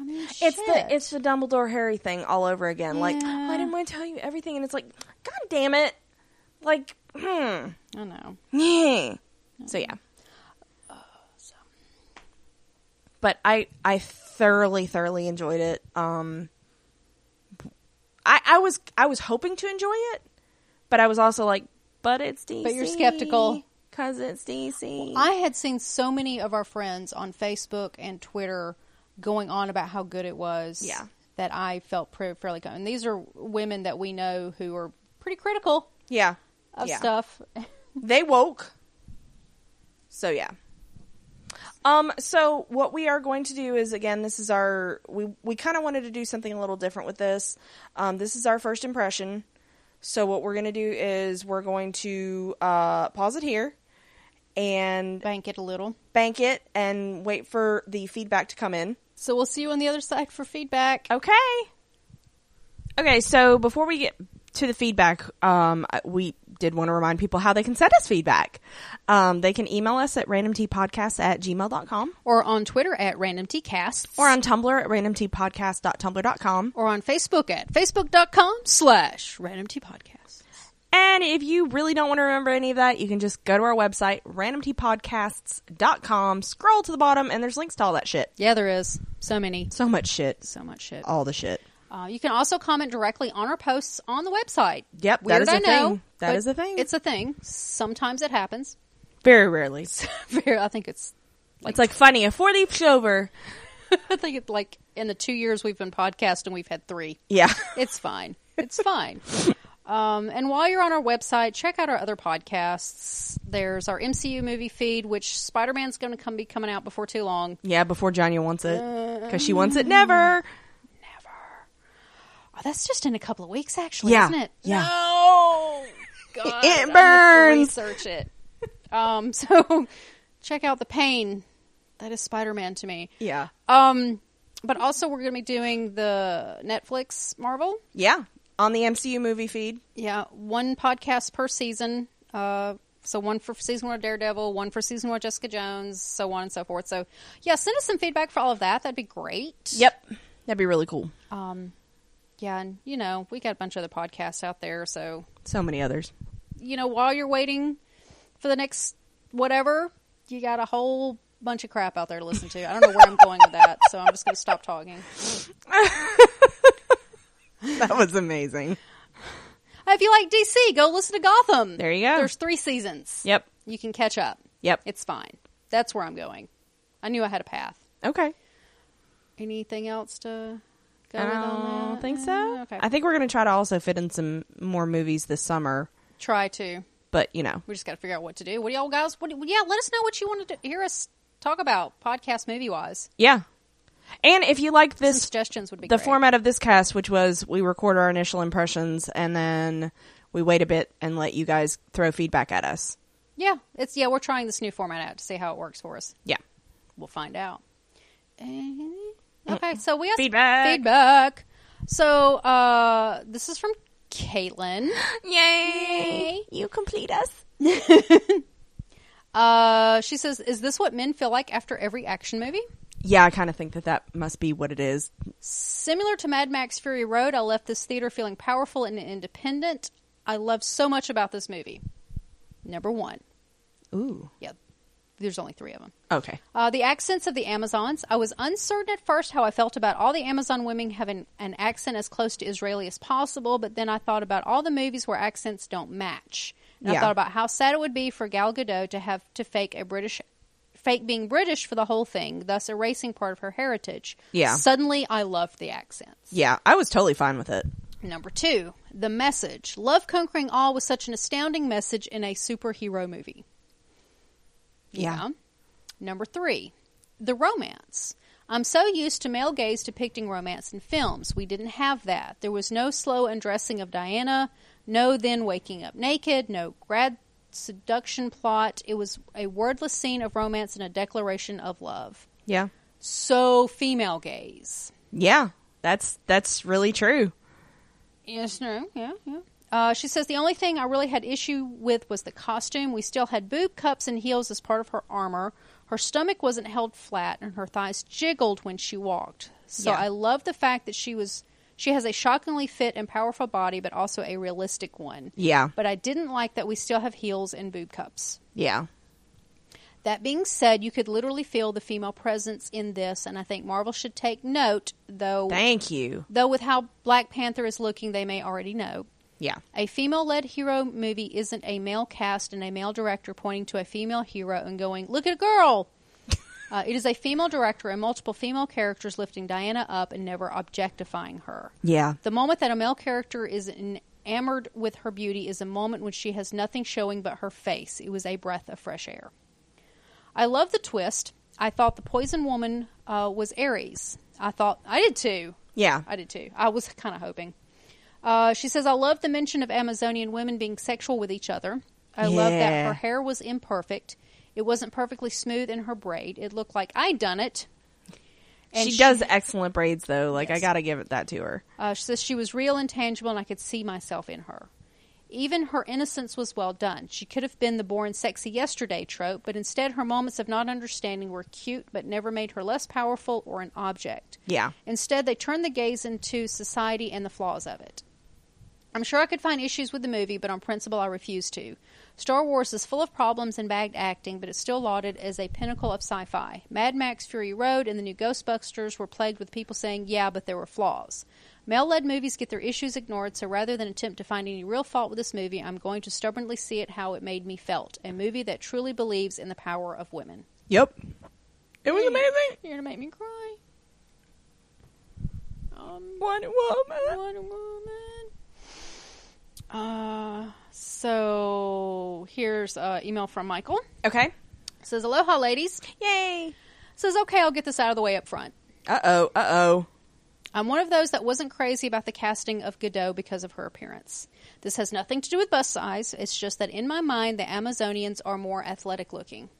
Speaker 2: I mean,
Speaker 1: It's
Speaker 2: shit.
Speaker 1: the it's the Dumbledore Harry thing all over again. Like,
Speaker 2: Yeah.
Speaker 1: why didn't I tell you everything? And it's like, God damn it! Like, hmm.
Speaker 2: I know.
Speaker 1: Yeah. So yeah. But I I thoroughly thoroughly enjoyed it. Um I I was I was hoping to enjoy it, but I was also like, but it's DC.
Speaker 2: you're skeptical.
Speaker 1: cuz it's DC.
Speaker 2: I had seen so many of our friends on Facebook and Twitter going on about how good it was.
Speaker 1: Yeah.
Speaker 2: That I felt pre- fairly con- And these are women that we know who are pretty critical
Speaker 1: yeah.
Speaker 2: of
Speaker 1: yeah.
Speaker 2: stuff.
Speaker 1: They woke. So yeah. Um so what we are going to do is again this is our we we kind of wanted to do something a little different with this. Um this is our first impression. So what we're going to do is we're going to uh pause it here and
Speaker 2: Bank it a little.
Speaker 1: bank it and wait for the feedback to come in.
Speaker 2: So we'll see you on the other side for feedback.
Speaker 1: Okay. Okay, so before we get to the feedback, um, I- we did want to remind people how they can send us feedback. Um, they can email us at randomtpodcast at gmail.com
Speaker 2: Or on Twitter at randomtcasts.
Speaker 1: or on Tumblr at randomtpodcast.tumblr.com.
Speaker 2: or on Facebook at facebook.com slash randomtpodcast.
Speaker 1: And if you really don't want to remember any of that, you can just go to our website, randomtpodcasts.com, scroll to the bottom, and there's links to all that shit.
Speaker 2: Yeah, there is. So many.
Speaker 1: So much shit.
Speaker 2: So much shit.
Speaker 1: All the shit.
Speaker 2: Uh, you can also comment directly on our posts on the website.
Speaker 1: Yep, that
Speaker 2: Weird
Speaker 1: is
Speaker 2: I
Speaker 1: a
Speaker 2: know,
Speaker 1: thing. That
Speaker 2: but
Speaker 1: is a thing.
Speaker 2: It's a thing. Sometimes it happens.
Speaker 1: Very rarely.
Speaker 2: Very- I think it's.
Speaker 1: It's like funny, a 40 over.
Speaker 2: I think it's like in the two years we've been podcasting, we've had three.
Speaker 1: Yeah.
Speaker 2: It's fine. It's fine. Um, and while you're on our website, check out our other podcasts. There's our MCU movie feed, which Spider Man's going to come be coming out before too long.
Speaker 1: Yeah, before Janya wants it. Because she wants it never.
Speaker 2: Oh, that's just in a couple of weeks, actually,
Speaker 1: Yeah.
Speaker 2: isn't it?
Speaker 1: Yeah.
Speaker 2: No. God,
Speaker 1: It
Speaker 2: I have to
Speaker 1: burns.
Speaker 2: research it. Um, so check out the pain that is Spider Man to me.
Speaker 1: Yeah.
Speaker 2: Um, but also we're going to be doing the Netflix Marvel.
Speaker 1: Yeah. On the MCU movie feed.
Speaker 2: Yeah, one podcast per season. Uh, so one for season one of Daredevil, one for season one of Jessica Jones, so on and so forth. So yeah, send us some feedback for all of that. That'd be great.
Speaker 1: Yep. That'd be really cool.
Speaker 2: Um, yeah, and you know we got a bunch of other podcasts out there. So
Speaker 1: So many others.
Speaker 2: you know while you're waiting for the next whatever, you got a whole bunch of crap out there to listen to. I don't know where I'm going with that, so I'm just going to stop talking.
Speaker 1: That was amazing.
Speaker 2: If you like DC, go listen to Gotham.
Speaker 1: There you go.
Speaker 2: There's three seasons.
Speaker 1: Yep.
Speaker 2: You can catch up.
Speaker 1: Yep.
Speaker 2: It's fine. That's where I'm going. I knew I had a path.
Speaker 1: Okay.
Speaker 2: Anything else to go
Speaker 1: I
Speaker 2: with on
Speaker 1: don't
Speaker 2: that?
Speaker 1: think
Speaker 2: Uh,
Speaker 1: so.
Speaker 2: Okay.
Speaker 1: I think we're going to try to also fit in some more movies this summer.
Speaker 2: Try to.
Speaker 1: But, you know.
Speaker 2: We just got to figure out what to do. What do y'all guys? What? do- yeah, let us know what you want to do- hear us talk about podcast movie wise.
Speaker 1: Yeah. And if you like
Speaker 2: Some
Speaker 1: this,
Speaker 2: suggestions would be
Speaker 1: the
Speaker 2: great.
Speaker 1: format of this cast, which was we record our initial impressions and then we wait a bit and let you guys throw feedback at us.
Speaker 2: Yeah, it's yeah. We're trying this new format out to see how it works for us.
Speaker 1: Yeah.
Speaker 2: We'll find out. Eh, Okay, so we have
Speaker 1: Feedback.
Speaker 2: Feedback. So uh, this is from Caitlin.
Speaker 1: Yay! You complete us.
Speaker 2: Uh, she says, "Is this what men feel like after every action movie?"
Speaker 1: Yeah, I kind of think that that must be what it is.
Speaker 2: Similar to Mad Max Fury Road, I left this theater feeling powerful and independent. I love so much about this movie. Number one.
Speaker 1: Ooh.
Speaker 2: Yeah. there's only three of them.
Speaker 1: Okay.
Speaker 2: Uh, the accents of the Amazons. I was uncertain at first how I felt about all the Amazon women having an accent as close to Israeli as possible, but then I thought about all the movies where accents don't match. And I
Speaker 1: Yeah.
Speaker 2: thought about how sad it would be for Gal Gadot to have to fake a British, fake being British for the whole thing, thus erasing part of her heritage.
Speaker 1: Yeah.
Speaker 2: Suddenly, I loved the accents.
Speaker 1: Yeah, I was totally fine with it.
Speaker 2: Number two, the message. Love conquering all was such an astounding message in a superhero movie.
Speaker 1: Yeah.
Speaker 2: Number three, the romance. I'm so used to male gaze depicting romance in films. We didn't have that. There was no slow undressing of Diana, no then waking up naked, no grad seduction plot. It was a wordless scene of romance and a declaration of love.
Speaker 1: Yeah.
Speaker 2: So female gaze.
Speaker 1: Yeah. That's that's really true.
Speaker 2: Yes, no, yeah, yeah. Uh, she says the only thing I really had issue with was the costume. We still had boob cups and heels as part of her armor. Her stomach wasn't held flat, and her thighs jiggled when she walked. So
Speaker 1: Yeah.
Speaker 2: I love the fact that she was she has a shockingly fit and powerful body, but also a realistic one.
Speaker 1: Yeah.
Speaker 2: But I didn't like that we still have heels and boob cups.
Speaker 1: Yeah.
Speaker 2: That being said, you could literally feel the female presence in this, and I think Marvel should take note, though.
Speaker 1: Thank you.
Speaker 2: Though with how Black Panther is looking, they may already know.
Speaker 1: Yeah.
Speaker 2: A female led hero movie isn't a male cast and a male director pointing to a female hero and going, Look at a girl! uh, it is a female director and multiple female characters lifting Diana up and never objectifying her.
Speaker 1: Yeah.
Speaker 2: The moment that a male character is enamored with her beauty is a moment when she has nothing showing but her face. It was a breath of fresh air. I love the twist. I thought the poison woman uh, was Ares. I thought, I did too.
Speaker 1: Yeah.
Speaker 2: I did too. I was kind of hoping. Uh, she says, I love the mention of Amazonian women being sexual with each other. I love that
Speaker 1: Yeah.
Speaker 2: her hair was imperfect. It wasn't perfectly smooth in her braid. It looked like I done it.
Speaker 1: she, does excellent braids though. Like I
Speaker 2: Yes.
Speaker 1: got to give it that to her.
Speaker 2: Uh, she says she was real and tangible, and I could see myself in her. Even her innocence was well done. She could have been the born sexy yesterday trope, but instead her moments of not understanding were cute, but never made her less powerful or an object.
Speaker 1: Yeah.
Speaker 2: Instead, they turned the gaze into society and the flaws of it. I'm sure I could find issues with the movie, but on principle, I refuse to. Star Wars is full of problems and bagged acting, but it's still lauded as a pinnacle of sci fi. Mad Max Fury Road and the new Ghostbusters were plagued with people saying, yeah, but there were flaws. Male led movies get their issues ignored, so rather than attempt to find any real fault with this movie, I'm going to stubbornly see it how it made me felt a movie that truly believes in the power of women.
Speaker 1: Yep. It was amazing.
Speaker 2: You're going to make me cry. Um,
Speaker 1: One woman.
Speaker 2: Wonder Woman. Uh, so here's an email from Michael.
Speaker 1: Okay.
Speaker 2: says, Aloha, ladies.
Speaker 1: Yay.
Speaker 2: Says, okay, I'll get this out of the way up front.
Speaker 1: Uh-oh. Uh-oh.
Speaker 2: I'm one of those that wasn't crazy about the casting of Godot because of her appearance. This has nothing to do with bust size. It's just that in my mind, the Amazonians are more athletic looking.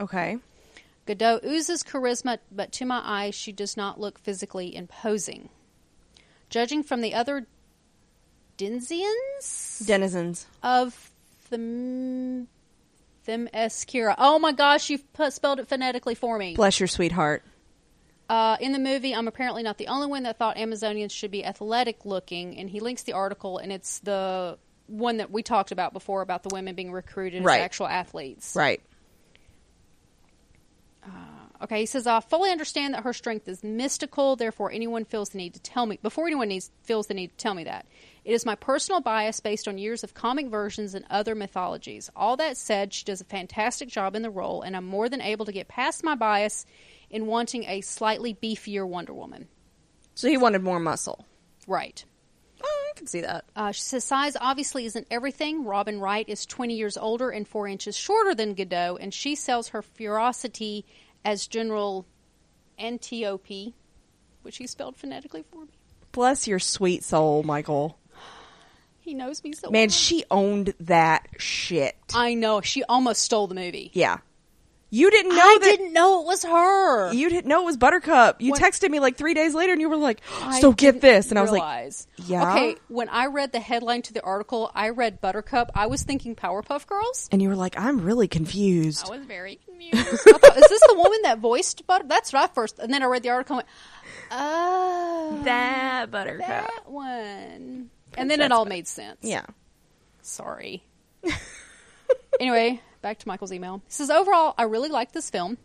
Speaker 1: Okay.
Speaker 2: Godot oozes charisma, but to my eye, she does not look physically imposing. Judging from the other Denzians,
Speaker 1: Denizens.
Speaker 2: of the Themyscira. Oh my gosh, you've put, spelled it phonetically for me.
Speaker 1: Bless your sweetheart.
Speaker 2: Uh, in the movie, I'm apparently not the only one that thought Amazonians should be athletic looking, and he links the article, and it's the one that we talked about before about the women being recruited
Speaker 1: Right.
Speaker 2: as actual athletes.
Speaker 1: Right.
Speaker 2: Okay, he says, I fully understand that her strength is mystical, therefore anyone feels the need to tell me before anyone needs feels the need to tell me that. It is my personal bias based on years of comic versions and other mythologies. All that said, she does a fantastic job in the role, and I'm more than able to get past my bias in wanting a slightly beefier Wonder Woman.
Speaker 1: So he wanted more muscle.
Speaker 2: Right.
Speaker 1: Oh, I can see that.
Speaker 2: Uh, she says size obviously isn't everything. Robin Wright is 20 years older and four inches shorter than Godot, and she sells her ferocity as General Antiope, which he spelled phonetically for me.
Speaker 1: Bless your sweet soul, Michael.
Speaker 2: He knows me so
Speaker 1: Man,
Speaker 2: well.
Speaker 1: she owned that shit.
Speaker 2: I know. She almost stole the movie.
Speaker 1: yeah. You didn't know
Speaker 2: I
Speaker 1: that
Speaker 2: didn't know it was her.
Speaker 1: you didn't know it was Buttercup. You
Speaker 2: When-
Speaker 1: texted me like 3 days later and you were like,
Speaker 2: I
Speaker 1: "So get
Speaker 2: didn't
Speaker 1: this." And I was like,
Speaker 2: realize.
Speaker 1: "Yeah?"
Speaker 2: Okay, when I read the headline to the article, I read Buttercup. I was thinking Powerpuff Girls.
Speaker 1: and you were like, "I'm really confused."
Speaker 2: I was very confused. I thought, is this the woman that voiced Butter? That's what I first. And then I read the article and went, oh,
Speaker 1: that Buttercup.
Speaker 2: that one. and then it all made sense.
Speaker 1: Yeah.
Speaker 2: Sorry. anyway, back to Michael's email. He says, overall, I really like this film.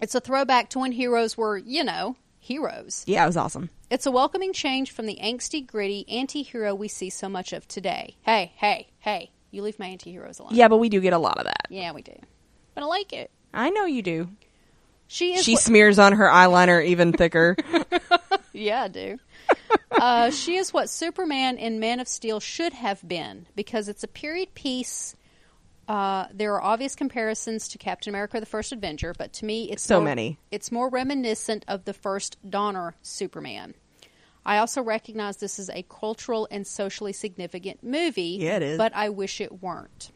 Speaker 2: It's a throwback to when heroes were, you know, heroes.
Speaker 1: Yeah, it was awesome.
Speaker 2: It's a welcoming change from the angsty, gritty anti hero we see so much of today. Hey, hey, hey, you leave my anti heroes alone.
Speaker 1: Yeah, but we do get a lot of that.
Speaker 2: Yeah, we do. But I like it.
Speaker 1: I know you do.
Speaker 2: She is.
Speaker 1: She
Speaker 2: what-
Speaker 1: smears on her eyeliner even thicker.
Speaker 2: yeah, I do. uh, she is what Superman and Man of Steel should have been because it's a period piece. Uh, there are obvious comparisons to Captain America: The First Avenger, but to me, it's
Speaker 1: So
Speaker 2: more-
Speaker 1: many.
Speaker 2: It's more reminiscent of the first Donner Superman. I also recognize this is a cultural and socially significant movie.
Speaker 1: Yeah, it is.
Speaker 2: But I wish it weren't.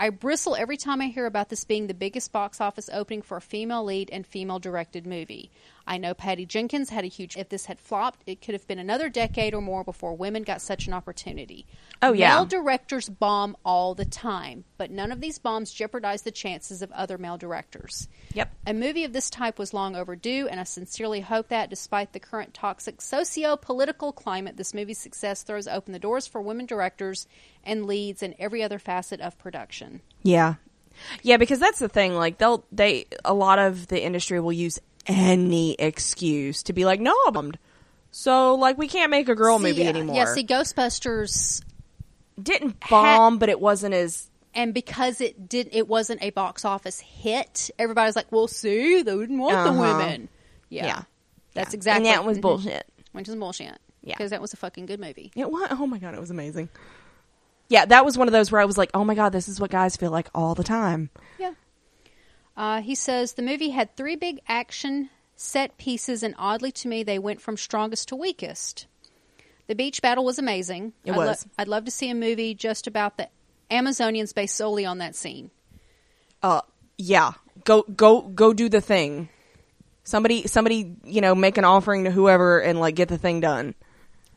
Speaker 2: I bristle every time I hear about this being the biggest box office opening for a female lead and female directed movie. I know Patty Jenkins had a huge. If this had flopped, it could have been another decade or more before women got such an opportunity.
Speaker 1: Oh, yeah.
Speaker 2: Male directors bomb all the time, but none of these bombs jeopardize the chances of other male directors.
Speaker 1: Yep.
Speaker 2: A movie of this type was long overdue, and I sincerely hope that, despite the current toxic socio political climate, this movie's success throws open the doors for women directors and leads in every other facet of production.
Speaker 1: yeah, yeah, because that's the thing. Like they'll they a lot of the industry will use any excuse to be like, no, I'm bummed. so like we can't make a girl movie
Speaker 2: yeah,
Speaker 1: anymore.
Speaker 2: Yeah, see, Ghostbusters,
Speaker 1: didn't bomb, but it wasn't as
Speaker 2: and because it did, it wasn't a box office hit. Everybody's like, "Well, see, they didn't want the
Speaker 1: Uh-huh.
Speaker 2: women." Yeah,
Speaker 1: Yeah.
Speaker 2: that's
Speaker 1: Yeah.
Speaker 2: exactly.
Speaker 1: And that was
Speaker 2: mhm.
Speaker 1: bullshit.
Speaker 2: Which is bullshit.
Speaker 1: Yeah.
Speaker 2: because that was a fucking good movie.
Speaker 1: It was. Oh my god, it was amazing. Yeah, that was one of those where I was like, oh my god, this is what guys feel like all the time.
Speaker 2: Yeah. Uh, he says the movie had three big action set pieces, and oddly to me, they went from strongest to weakest. The beach battle was amazing.
Speaker 1: It
Speaker 2: I'd
Speaker 1: was.
Speaker 2: I'd love to see a movie just about the Amazonians based solely on that scene.
Speaker 1: Uh, yeah, go go go do the thing. Somebody somebody you know make an offering to whoever and like get the thing done.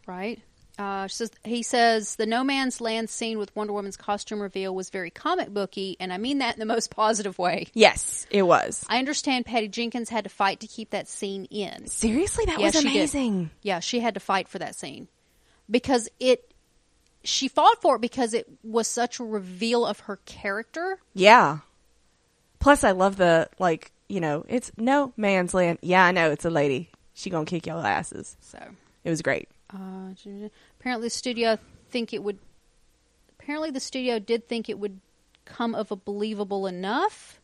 Speaker 2: Right. Uh, she says, he says the no man's land scene with Wonder Woman's costume reveal was very comic booky, and I mean that in the most positive way.
Speaker 1: Yes, it was.
Speaker 2: I understand Patty Jenkins had to fight to keep that scene in.
Speaker 1: Seriously, that was
Speaker 2: she did.
Speaker 1: amazing.
Speaker 2: Yeah, she had to fight for that scene because it. She fought for it because it was such a reveal of her character.
Speaker 1: Yeah. Plus, I love the like you know it's no man's land. Yeah, I know it's a lady. She gonna kick your asses.
Speaker 2: So
Speaker 1: It was great.
Speaker 2: uh, apparently, the studio think it would. Apparently, the studio did think it would come of a believable enough.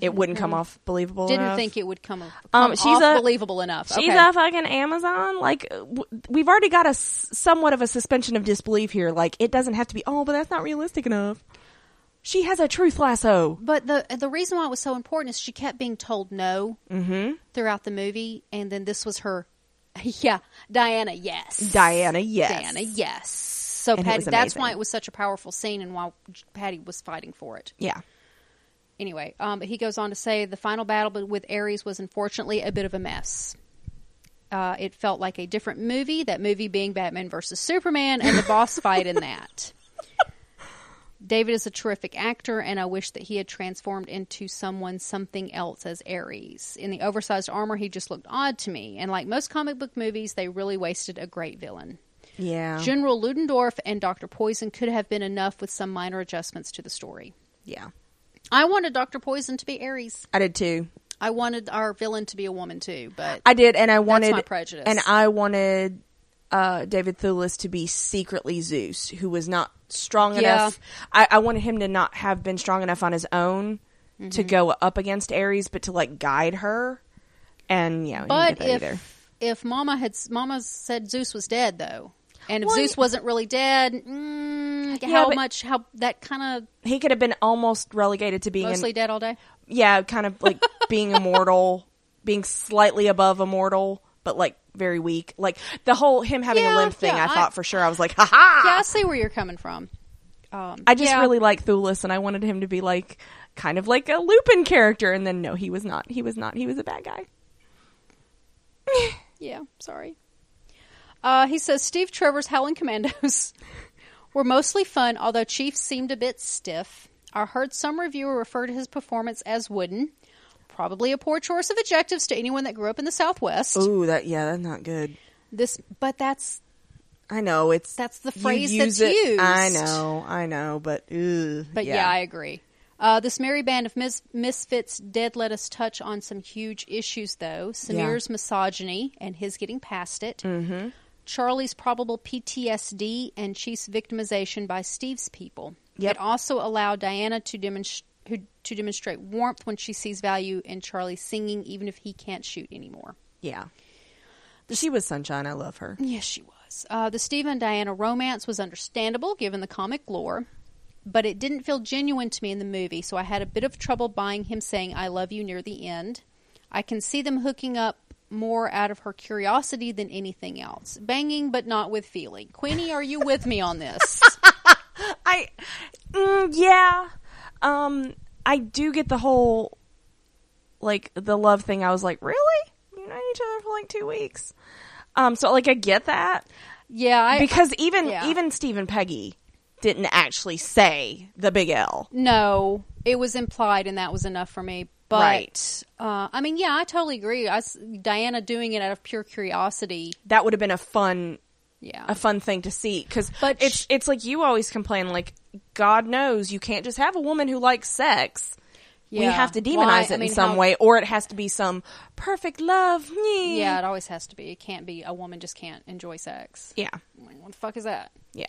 Speaker 1: It wouldn't come off believable.
Speaker 2: Didn't
Speaker 1: enough.
Speaker 2: think it would come, of-
Speaker 1: Um,
Speaker 2: come
Speaker 1: she's
Speaker 2: off
Speaker 1: a-
Speaker 2: believable enough.
Speaker 1: She's
Speaker 2: okay.
Speaker 1: a fucking Amazon. Like w- we've already got a s- somewhat of a suspension of disbelief here. Like it doesn't have to be. Oh, but that's not realistic enough. She has a truth lasso.
Speaker 2: But the the reason why it was so important is she kept being told no
Speaker 1: Mm-hmm.
Speaker 2: throughout the movie, and then this was her. Yeah, Diana. Yes,
Speaker 1: Diana, yes.
Speaker 2: Diana. Yes. So
Speaker 1: And it
Speaker 2: Patty,
Speaker 1: was
Speaker 2: that's why
Speaker 1: amazing.
Speaker 2: it was such a powerful scene, and why Patty was fighting for it.
Speaker 1: Yeah.
Speaker 2: Anyway, um, but he goes on to say the final battle be- with Ares was unfortunately a bit of a mess. Uh, it felt like a different movie. That movie being Batman versus Superman, and the boss fight in that. David is a terrific actor, and I wish that he had transformed into someone, something else as Ares. In the oversized armor, he just looked odd to me. And like most comic book movies, they really wasted a great villain.
Speaker 1: Yeah.
Speaker 2: General Ludendorff and Dr. Poison could have been enough with some minor adjustments to the story.
Speaker 1: yeah.
Speaker 2: I wanted Dr. Poison to be Ares.
Speaker 1: I did too.
Speaker 2: I wanted our villain to be a woman too, but
Speaker 1: I did, and I wanted
Speaker 2: my prejudice.
Speaker 1: and I wanted uh, David Thewlis to be secretly Zeus, who was not strong
Speaker 2: Yeah.
Speaker 1: enough. I, I wanted him to not have been strong enough on his own
Speaker 2: Mm-hmm.
Speaker 1: to go up against Ares, but to like guide her. And yeah, we didn't
Speaker 2: but
Speaker 1: get that
Speaker 2: if
Speaker 1: either.
Speaker 2: if Mama had Mama said Zeus was dead though, and if
Speaker 1: Well,
Speaker 2: Zeus
Speaker 1: y-
Speaker 2: wasn't really dead, mm,
Speaker 1: Yeah,
Speaker 2: how
Speaker 1: but-
Speaker 2: much how that kind of
Speaker 1: he could have been almost relegated to being
Speaker 2: mostly
Speaker 1: an,
Speaker 2: dead all day?
Speaker 1: yeah kind of like being immortal being slightly above immortal but like very weak like the whole him having
Speaker 2: Yeah,
Speaker 1: a limp thing
Speaker 2: yeah,
Speaker 1: i
Speaker 2: I-
Speaker 1: thought for sure i was like ha ha
Speaker 2: Yeah, I see where you're coming from. Um,
Speaker 1: i just
Speaker 2: yeah.
Speaker 1: really like thulis and i wanted him to be like kind of like a lupin character and then no he was not he was not he was a bad guy
Speaker 2: Yeah, sorry. Uh, he says Steve Trevor's Howling Commandos were mostly fun, although Chief seemed a bit stiff. I heard some reviewer refer to his performance as wooden, probably a poor choice of adjectives to anyone that grew up in the Southwest.
Speaker 1: ooh that yeah that's not good
Speaker 2: This, but that's
Speaker 1: I know it's
Speaker 2: That's the
Speaker 1: you
Speaker 2: phrase
Speaker 1: use
Speaker 2: that's
Speaker 1: it- I
Speaker 2: used.
Speaker 1: know, I know, but ugh,
Speaker 2: But yeah, I agree. Uh, this merry band of mis- misfits did let us touch on some huge issues, though. Samir's misogyny and his getting past it. Mm-hmm. Charlie's probable PTSD and Chief's victimization by Steve's people.
Speaker 1: Yep.
Speaker 2: It also allowed Diana to, demonst- who, to demonstrate warmth when she sees value in Charlie singing, even if he can't shoot anymore.
Speaker 1: yeah. She was sunshine. I love her.
Speaker 2: Yes, she was. Uh, the Steve and Diana romance was understandable given the comic lore, but it didn't feel genuine to me in the movie, so I had a bit of trouble buying him saying, I love you near the end. I can see them hooking up more out of her curiosity than anything else. Banging, but not with feeling. Queenie, are you with me on this?
Speaker 1: I, mm, yeah, um, I do get the whole like the love thing. I was like, really? You know each other for like two weeks. Um, so like I get that
Speaker 2: yeah, I.
Speaker 1: because even
Speaker 2: yeah.
Speaker 1: even Steve and Peggy didn't actually say the big L.
Speaker 2: No, it was implied, and that was enough for me. But
Speaker 1: Right.
Speaker 2: uh, I mean, yeah, I totally agree. I s Diana doing it out of pure curiosity.
Speaker 1: That would have been a fun
Speaker 2: Yeah,
Speaker 1: a fun thing to see because
Speaker 2: But
Speaker 1: it's
Speaker 2: sh-
Speaker 1: it's like you always complain like God knows you can't just have a woman who likes sex. We
Speaker 2: Yeah.
Speaker 1: have to demonize
Speaker 2: Why-
Speaker 1: it
Speaker 2: I
Speaker 1: in
Speaker 2: mean,
Speaker 1: some
Speaker 2: how-
Speaker 1: way, or it has to be some perfect love. Nyeh.
Speaker 2: Yeah, it always has to be. It can't be a woman just can't enjoy sex.
Speaker 1: yeah,
Speaker 2: Like, what the fuck is that?
Speaker 1: yeah.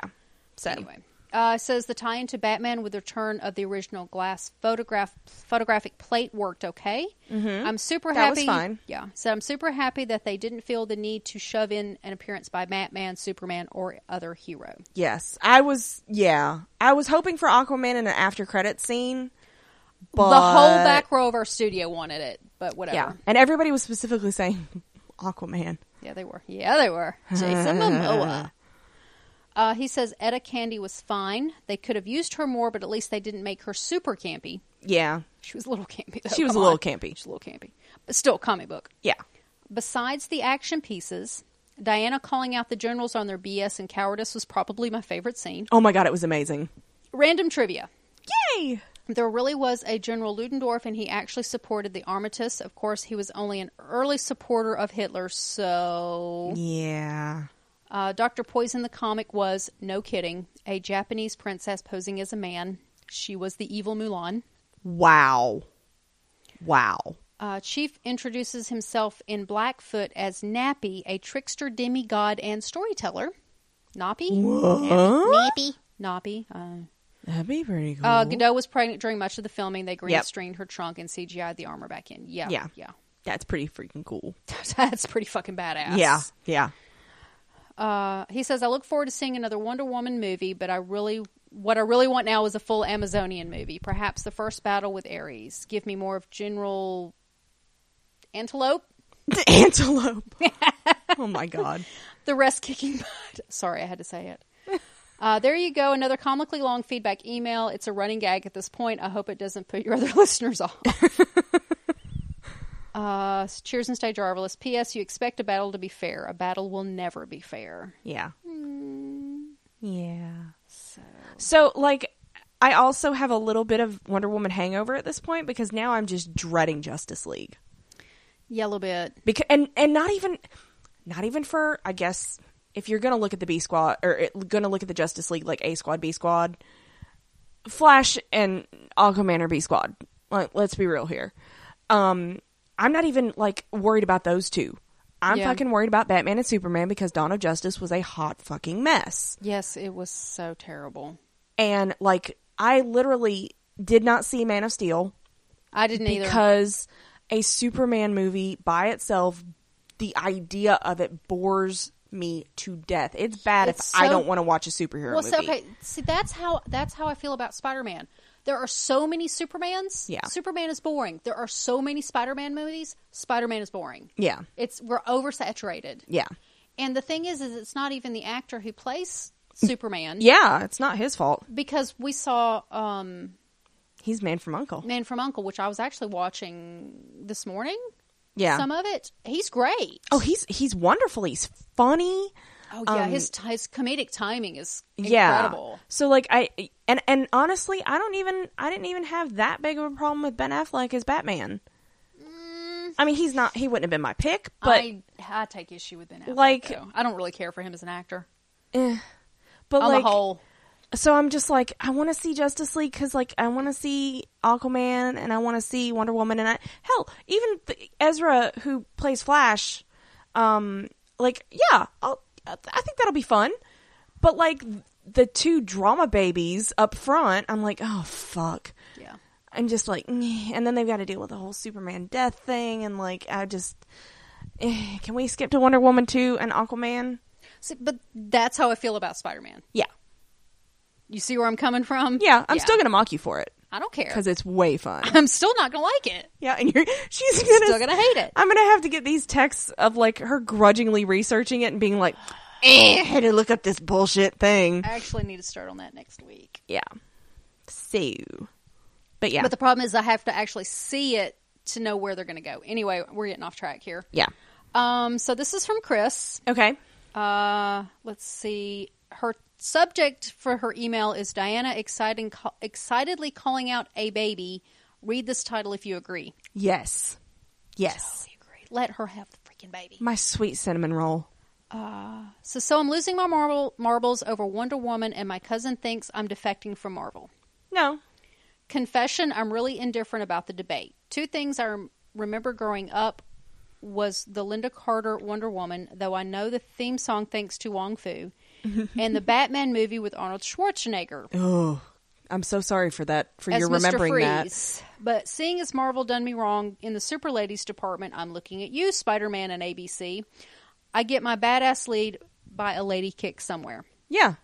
Speaker 1: So
Speaker 2: Anyway, uh, it says the tie-in to Batman with the return of the original glass photograph photographic plate worked okay. Mm-hmm. I'm super
Speaker 1: That
Speaker 2: happy.
Speaker 1: was fine.
Speaker 2: Yeah, so I'm super happy that they didn't feel the need to shove in an appearance by Batman, Superman, or other hero.
Speaker 1: yes, I was. Yeah, I was hoping for Aquaman in an after credit scene, but
Speaker 2: The whole back row of our studio wanted it, but whatever.
Speaker 1: yeah, and everybody was specifically saying Aquaman.
Speaker 2: Yeah, they were. Yeah, they were. Jason Momoa. Uh, he says Etta Candy was fine. They could have used her more, but at least they didn't make her super campy.
Speaker 1: Yeah,
Speaker 2: She was a little campy. Though.
Speaker 1: She was
Speaker 2: Come
Speaker 1: a little
Speaker 2: on.
Speaker 1: campy.
Speaker 2: She was a little campy, but still comic book.
Speaker 1: yeah,
Speaker 2: Besides the action pieces, Diana calling out the generals on their BS and cowardice was probably my favorite scene.
Speaker 1: Oh my god, it was amazing.
Speaker 2: Random trivia.
Speaker 1: Yay!
Speaker 2: There really was a General Ludendorff, and he actually supported the armistice. Of course, he was only an early supporter of Hitler, so
Speaker 1: Yeah.
Speaker 2: Uh, Dr. Poison the comic was, no kidding, a Japanese princess posing as a man. She was the evil Mulan.
Speaker 1: Wow. Wow.
Speaker 2: Uh, Chief introduces himself in Blackfoot as Nappy, a trickster demigod and storyteller. Nappy? Nappy? Nappy. Uh,
Speaker 1: That'd be pretty cool.
Speaker 2: uh, Godot was pregnant during much of the filming. They green
Speaker 1: Yep.
Speaker 2: screened her trunk and CGI'd the armor back in. Yeah.
Speaker 1: Yeah.
Speaker 2: Yeah.
Speaker 1: That's pretty freaking cool.
Speaker 2: That's pretty fucking badass.
Speaker 1: Yeah. Yeah.
Speaker 2: Uh, he says, "I look forward to seeing another Wonder Woman movie, but I really, what I really want now is a full Amazonian movie. Perhaps the first battle with Ares. Give me more of General Antelope,
Speaker 1: The antelope. oh my god.
Speaker 2: the rest kicking butt." Sorry, I had to say it. Uh, there you go. Another comically long feedback email. It's a running gag at this point. I hope it doesn't put your other listeners off. uh, cheers and stay jarvelous. P.S. You expect a battle to be fair. A battle will never be fair.
Speaker 1: Yeah. Mm, Yeah. So like I also have a little bit of Wonder Woman hangover at this point because now I'm just dreading Justice League.
Speaker 2: Yellow bit.
Speaker 1: because and and not even not even for I guess if you're gonna look at the B squad or it, gonna look at the Justice League like A squad B squad, Flash and Aquaman are B squad. Like, let's be real here. Um, I'm not even like worried about those two. I'm
Speaker 2: Yeah.
Speaker 1: fucking worried about Batman and Superman because Dawn of Justice was a hot fucking mess.
Speaker 2: Yes, it was so terrible.
Speaker 1: And like I literally did not see Man of Steel
Speaker 2: I didn't either.
Speaker 1: because a Superman movie by itself, the idea of it bores me to death. It's bad if
Speaker 2: It's
Speaker 1: I
Speaker 2: so-
Speaker 1: don't want to watch a superhero
Speaker 2: well,
Speaker 1: movie.
Speaker 2: so okay, see that's how that's how I feel about Spider-Man. There are so many Supermans.
Speaker 1: Yeah.
Speaker 2: Superman is boring. There are so many Spider-Man movies. Spider-Man is boring.
Speaker 1: Yeah,
Speaker 2: It's we're oversaturated.
Speaker 1: yeah,
Speaker 2: And the thing is, is it's not even the actor who plays Superman.
Speaker 1: yeah. It's not his fault.
Speaker 2: Because we saw um,
Speaker 1: He's man from Uncle.
Speaker 2: Man from Uncle, which I was actually watching this morning.
Speaker 1: Yeah.
Speaker 2: Some of it. He's great.
Speaker 1: Oh, he's he's wonderful. He's funny.
Speaker 2: Oh yeah, his his comedic timing is
Speaker 1: um, Yeah.
Speaker 2: incredible.
Speaker 1: So like I and and honestly, I don't even I didn't even have that big of a problem with Ben Affleck as Batman.
Speaker 2: Mm.
Speaker 1: I mean, he's not. He wouldn't have been my pick, but
Speaker 2: I, I take issue with Ben Affleck.
Speaker 1: Like-
Speaker 2: Like, I don't really care for him as an actor.
Speaker 1: eh. But
Speaker 2: on
Speaker 1: like,
Speaker 2: the whole.
Speaker 1: so I'm just like, I want to see Justice League because like I want to see Aquaman and I want to see Wonder Woman and I hell even th- Ezra who plays Flash, um, like yeah, I'll, I th- I think that'll be fun. But like the two drama babies up front, I'm like, oh fuck.
Speaker 2: Yeah.
Speaker 1: I'm just like, "Nyeh." and then they've got to deal with the whole Superman death thing, and like, I just, eh, can we skip to Wonder Woman two and Aquaman?
Speaker 2: See, but that's how I feel about Spider Man.
Speaker 1: Yeah,
Speaker 2: You see where I'm coming from?
Speaker 1: yeah, I'm still gonna mock you for it
Speaker 2: I don't care.
Speaker 1: because it's way fun.
Speaker 2: I'm still not gonna like it.
Speaker 1: yeah, and you're, she's gonna,
Speaker 2: Still gonna hate it.
Speaker 1: I'm gonna have to get these texts of like her grudgingly researching it and being like, eh, I had to look up this bullshit thing.
Speaker 2: I actually need to start on that next week.
Speaker 1: Yeah, so, but yeah,
Speaker 2: But the problem is, I have to actually see it to know where they're gonna go. Anyway, we're getting off track here.
Speaker 1: yeah,
Speaker 2: Um, so this is from Chris.
Speaker 1: okay,
Speaker 2: Uh, let's see. Her subject for her email is Diana exciting, ca- excitedly calling out a baby. Read this title if you agree.
Speaker 1: yes, yes,
Speaker 2: We agree. Let her have the freaking baby.
Speaker 1: my sweet cinnamon roll.
Speaker 2: So, so I'm losing my marble, marbles over Wonder Woman, and my cousin thinks I'm defecting from Marvel.
Speaker 1: No,
Speaker 2: Confession: I'm really indifferent about the debate. Two things I rem- remember growing up was the Linda Carter Wonder Woman, though I know the theme song thanks to Wong Fu, and the Batman movie with Arnold Schwarzenegger.
Speaker 1: Oh, I'm so sorry for that. For your remembering that.
Speaker 2: But seeing as Marvel done me wrong in the super ladies department, I'm looking at you, Spider Man and ABC. I get my badass lead by a lady kick somewhere.
Speaker 1: Yeah,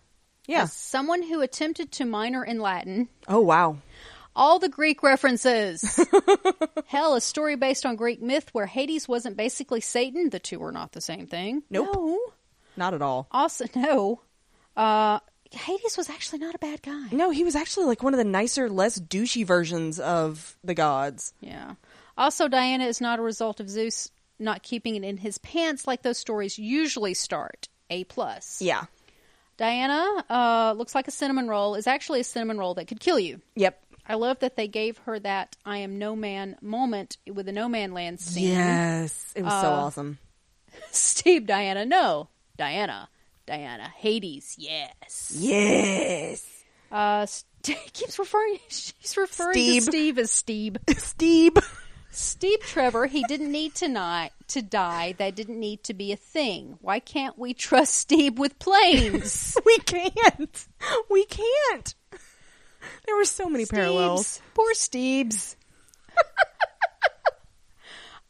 Speaker 1: yeah.
Speaker 2: As someone who attempted to minor in Latin,
Speaker 1: Oh wow.
Speaker 2: all the Greek references. Hell, a story based on Greek myth where Hades wasn't basically Satan. The two are not the same thing.
Speaker 1: Nope.
Speaker 2: No.
Speaker 1: Not at all.
Speaker 2: Also, no. Uh, Hades was actually not a bad guy.
Speaker 1: No, he was actually like one of the nicer, less douchey versions of the gods.
Speaker 2: Yeah. Also, Diana is not a result of Zeus not keeping it in his pants like those stories usually start. A plus.
Speaker 1: Yeah.
Speaker 2: Diana uh, looks like a cinnamon roll is actually a cinnamon roll that could kill you.
Speaker 1: Yep.
Speaker 2: I love that they gave her that "I am no man" moment with the no man land scene.
Speaker 1: Yes. It was so awesome.
Speaker 2: Steve, Diana, no, Diana, Diana, Hades, yes.
Speaker 1: Yes.
Speaker 2: Uh, St- keeps referring. She's referring
Speaker 1: Steve.
Speaker 2: to Steve as Steve.
Speaker 1: Steve.
Speaker 2: Steve Trevor, he didn't need to die. To die, that didn't need to be a thing. Why can't we trust Steve with planes?
Speaker 1: we can't. We can't. There were so many parallels.
Speaker 2: Steves. Poor Steves.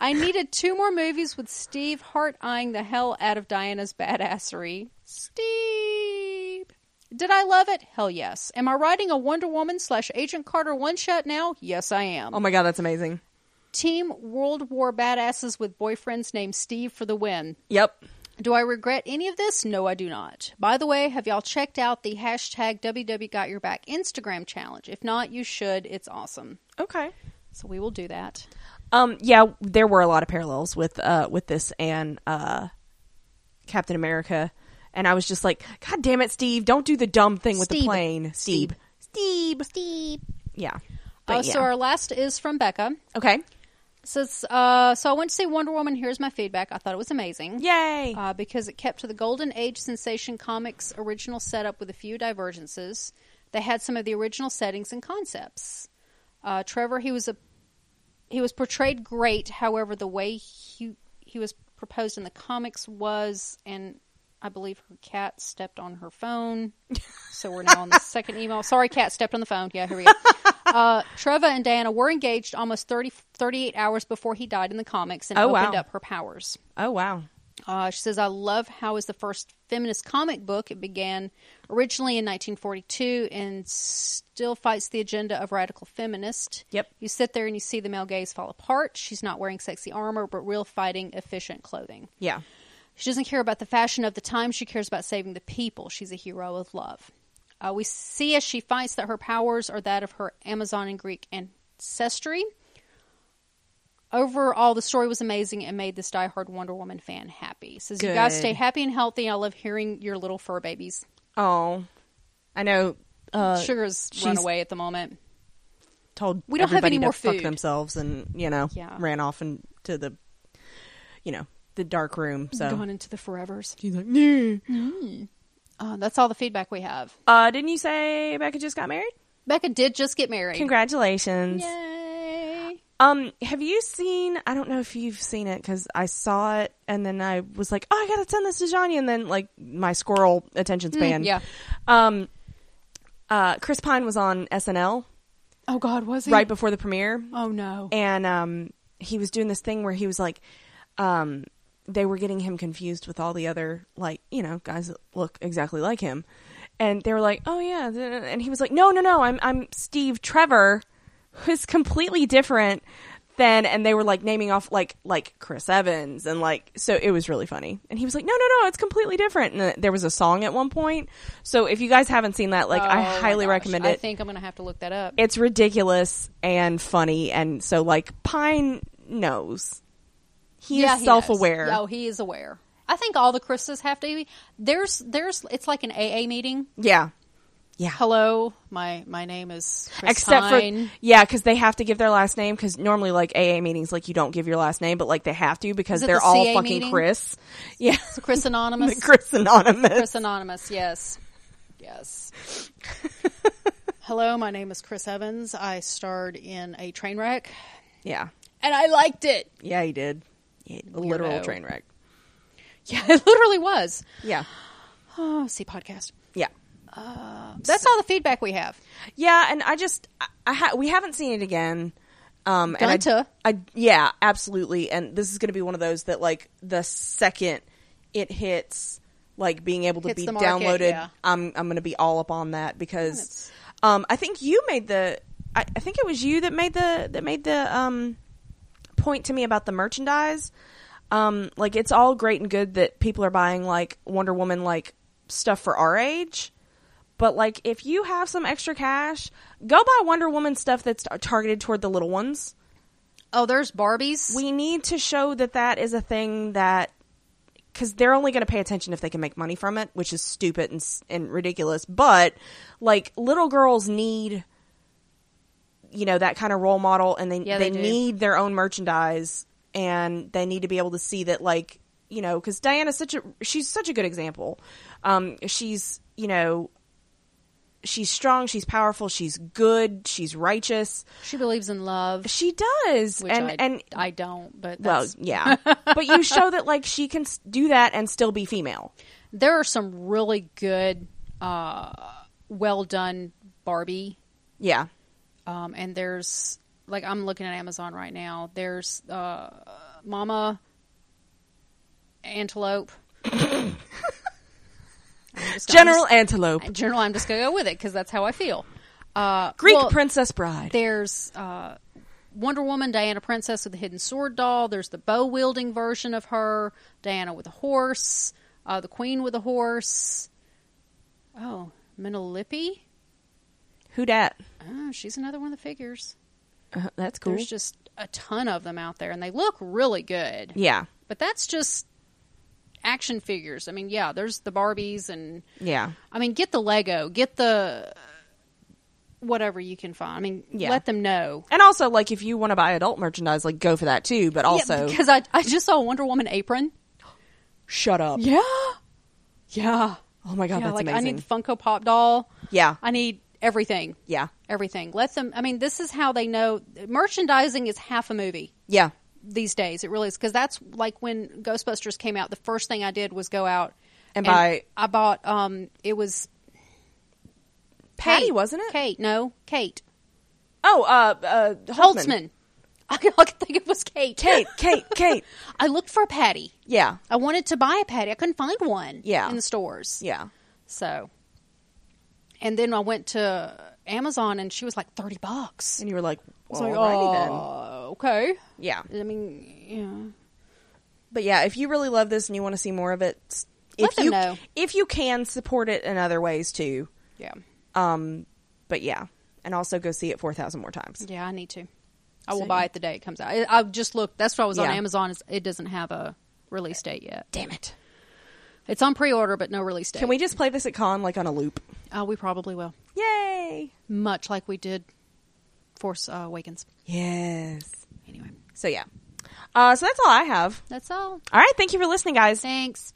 Speaker 2: I needed two more movies with Steve Hart eyeing the hell out of Diana's badassery. Steve. Did I love it? Hell yes. Am I writing a Wonder Woman slash Agent Carter one shot now? Yes, I am.
Speaker 1: Oh my god, that's amazing.
Speaker 2: Team World War badasses with boyfriends named Steve for the win.
Speaker 1: Yep.
Speaker 2: Do I regret any of this? No, I do not. By the way, have y'all checked out the hashtag WWGotYourBack Instagram challenge? If not, you should. It's awesome.
Speaker 1: Okay.
Speaker 2: So we will do that.
Speaker 1: Um, yeah, there were a lot of parallels with uh with this and uh Captain America, and I was just like, God damn it, Steve! Don't do the dumb thing with the
Speaker 2: Steve.
Speaker 1: plane, Steve. Steve. Uh,
Speaker 2: Steve.
Speaker 1: Yeah.
Speaker 2: Oh,
Speaker 1: But yeah.
Speaker 2: so our last is from Becca.
Speaker 1: okay.
Speaker 2: Says, uh, so I went to see Wonder Woman. Here's my feedback. I thought it was amazing.
Speaker 1: Yay.
Speaker 2: Uh, because it kept to the Golden Age Sensation Comics original setup with a few divergences. They had some of the original settings and concepts. Uh, Trevor, he was a he was portrayed great. However, the way he he was proposed in the comics was, and I believe her cat stepped on her phone. So we're now on the second email. Sorry, cat stepped on the phone. Yeah, here we go. Uh, Trevor and Diana were engaged almost 30, 38 hours before he died in the comics and
Speaker 1: Oh, wow.
Speaker 2: opened up her powers.
Speaker 1: oh wow.
Speaker 2: Uh, she says, I love how is the first feminist comic book. It began originally in 1942 and still fights the agenda of radical feminist.
Speaker 1: Yep.
Speaker 2: You sit there and you see the male gaze fall apart. She's not wearing sexy armor, but real fighting, efficient clothing.
Speaker 1: Yeah.
Speaker 2: She doesn't care about the fashion of the time. She cares about saving the people. She's a hero of love. Uh, we see as she fights that her powers are that of her Amazon and Greek ancestry. Overall, the story was amazing and made this diehard Wonder Woman fan happy. Says you guys
Speaker 1: Good.
Speaker 2: stay happy and healthy. I love hearing your little fur babies.
Speaker 1: Oh, I know. Uh,
Speaker 2: Sugar's run
Speaker 1: she's-
Speaker 2: away at the moment.
Speaker 1: told
Speaker 2: We don't have
Speaker 1: everybody
Speaker 2: any more
Speaker 1: to fuck
Speaker 2: food.
Speaker 1: themselves, and you know,
Speaker 2: Yeah.
Speaker 1: ran off into the, you know, the dark room. So
Speaker 2: Gone into the forevers.
Speaker 1: she's like, no.
Speaker 2: Uh, that's all the feedback we have.
Speaker 1: Uh, didn't you say Becca just got married?
Speaker 2: Becca did just get married.
Speaker 1: Congratulations.
Speaker 2: Yay!
Speaker 1: Um, have you seen? I don't know if you've seen it because I saw it and then I was like, oh, I gotta send this to Johnny, and then like my squirrel attention span.
Speaker 2: Mm, yeah.
Speaker 1: Um, uh, Chris Pine was on SNL
Speaker 2: Oh God, was he
Speaker 1: right before the premiere,
Speaker 2: Oh no.
Speaker 1: and um, he was doing this thing where he was like, um, they were getting him confused with all the other like you know guys that look exactly like him, and they were like, oh yeah, th- and he was like, no, no, no, I'm I'm Steve Trevor, who's completely different than, and they were like naming off like like Chris Evans and like so it was really funny, and he was like, no, no, no, it's completely different, and th- there was a song at one point, so if you guys haven't seen that, like
Speaker 2: Oh,
Speaker 1: I
Speaker 2: my
Speaker 1: highly
Speaker 2: gosh.
Speaker 1: recommend
Speaker 2: I
Speaker 1: it
Speaker 2: think I'm gonna have to look that up.
Speaker 1: it's ridiculous and funny and so like pine knows he
Speaker 2: Yeah,
Speaker 1: is
Speaker 2: knows.
Speaker 1: self-aware
Speaker 2: Oh, he is aware. I think all the Chris's have to. be There's there's it's like an AA meeting.
Speaker 1: yeah yeah
Speaker 2: Hello, my my name is Chris
Speaker 1: except
Speaker 2: Hine.
Speaker 1: for yeah because they have to give their last name because normally like aa meetings like you don't give your last name but like they have to because
Speaker 2: Is it
Speaker 1: they're
Speaker 2: the
Speaker 1: all
Speaker 2: CA
Speaker 1: fucking
Speaker 2: meeting?
Speaker 1: chris yeah
Speaker 2: It's Chris Anonymous.
Speaker 1: the chris anonymous
Speaker 2: Chris Anonymous, yes. Yes. Hello, my name is Chris Evans. I starred in a train wreck
Speaker 1: yeah
Speaker 2: and I liked it.
Speaker 1: yeah he did Yeah, a literal
Speaker 2: Weirdo.
Speaker 1: train wreck
Speaker 2: Yeah, it literally was.
Speaker 1: yeah
Speaker 2: Oh, see podcast.
Speaker 1: yeah
Speaker 2: That's all the feedback we have.
Speaker 1: Yeah, and I just I, I ha- we haven't seen it again. Um, and I-
Speaker 2: Dunta.
Speaker 1: I, yeah, absolutely. And this is going to be one of those that like the second it hits, like being able to
Speaker 2: Hits
Speaker 1: be
Speaker 2: the market,
Speaker 1: downloaded,
Speaker 2: yeah.
Speaker 1: I'm I'm going to be all up on that because,
Speaker 2: it's-
Speaker 1: um, I think you made the I, I think it was you that made the that made the um point to me about the merchandise. Um, like it's all great and good that people are buying like Wonder Woman like stuff for our age, but like if you have some extra cash, go buy Wonder Woman stuff that's targeted toward the little ones.
Speaker 2: Oh, there's Barbies.
Speaker 1: We need to show that that is a thing that because they're only going to pay attention if they can make money from it, which is stupid and s- and ridiculous. But like little girls need, you know, that kind of role model, and they
Speaker 2: Yeah,
Speaker 1: they,
Speaker 2: they do.
Speaker 1: need their own merchandise, and they need to be able to see that like you know because Diana's such a she's such a good example. Um, she's you know. She's strong. She's powerful. She's good. She's righteous.
Speaker 2: she believes in love,
Speaker 1: She does,
Speaker 2: which
Speaker 1: and
Speaker 2: I,
Speaker 1: and
Speaker 2: I don't, but
Speaker 1: well,
Speaker 2: that's-
Speaker 1: yeah, but you show that like she can s- do that and still be female.
Speaker 2: there are some really good uh well done Barbie
Speaker 1: Yeah,
Speaker 2: um, and there's like I'm looking at Amazon right now. There's uh, Mama Antelope. I'm just- I'm
Speaker 1: General
Speaker 2: just-
Speaker 1: Antelope,
Speaker 2: General. I'm just gonna go with it because that's how I feel. Uh,
Speaker 1: Greek
Speaker 2: well,
Speaker 1: Princess Bride.
Speaker 2: There's uh, Wonder Woman, Diana Princess with the hidden sword doll. There's the bow wielding version of her, Diana with a horse, uh, the Queen with a horse. Oh, Menelippe.
Speaker 1: Who dat?
Speaker 2: Oh, she's another one of the figures.
Speaker 1: Uh,
Speaker 2: Uh-huh,
Speaker 1: that's cool.
Speaker 2: There's just a ton of them out there, and they look really good.
Speaker 1: yeah,
Speaker 2: But that's just action figures. I mean, yeah, there's the Barbies, and
Speaker 1: yeah,
Speaker 2: I mean, get the Lego, get the uh, whatever you can find. I mean,
Speaker 1: Yeah.
Speaker 2: let them know.
Speaker 1: and also like if you want to buy adult merchandise, like go for that too. But also,
Speaker 2: because I, I just saw a Wonder Woman apron.
Speaker 1: shut up.
Speaker 2: Yeah, yeah,
Speaker 1: Oh my god,
Speaker 2: yeah.
Speaker 1: that's
Speaker 2: Like I
Speaker 1: amazing.
Speaker 2: need the Funko Pop doll.
Speaker 1: yeah,
Speaker 2: I need everything.
Speaker 1: yeah,
Speaker 2: Everything. Let them. I mean, this is how they know merchandising is half a movie.
Speaker 1: yeah,
Speaker 2: these days. It really is because that's like when Ghostbusters came out. The first thing I did was go out
Speaker 1: And buy-
Speaker 2: I bought. Um, it was
Speaker 1: Patty,
Speaker 2: Kate.
Speaker 1: wasn't it?
Speaker 2: Kate? No, Kate
Speaker 1: Oh, uh, uh, Holtzman.
Speaker 2: Holtzman. I could I could think it was Kate.
Speaker 1: Kate, Kate, Kate.
Speaker 2: I looked for a Patty.
Speaker 1: Yeah,
Speaker 2: I wanted to buy a Patty. I couldn't find one.
Speaker 1: Yeah.
Speaker 2: in the stores.
Speaker 1: yeah.
Speaker 2: So, and then I went to Amazon and she was like thirty bucks.
Speaker 1: And you were like,
Speaker 2: I was
Speaker 1: well,
Speaker 2: like,
Speaker 1: alrighty
Speaker 2: "Oh, okay.
Speaker 1: then. Yeah,
Speaker 2: I mean,
Speaker 1: But yeah, if you really love this and you want to see more of it, s- if
Speaker 2: Let them
Speaker 1: you
Speaker 2: know.
Speaker 1: if you can support it in other ways too.
Speaker 2: yeah, yeah.
Speaker 1: Um, but yeah, and also go see it four thousand more times.
Speaker 2: Yeah, I need to. I will
Speaker 1: So,
Speaker 2: buy it the day it comes out. I, I just looked. That's what I was on
Speaker 1: Yeah.
Speaker 2: Amazon. Is it doesn't have a release date yet.
Speaker 1: Damn it!
Speaker 2: It's on pre-order, but no release date.
Speaker 1: Can we just play this at con like on a loop?
Speaker 2: Uh, we probably will,
Speaker 1: Yay!
Speaker 2: much like we did Force uh, Awakens.
Speaker 1: Yes.
Speaker 2: Anyway,
Speaker 1: So yeah. Uh, so that's all I have.
Speaker 2: that's all.
Speaker 1: All right. Thank you for listening, guys.
Speaker 2: Thanks.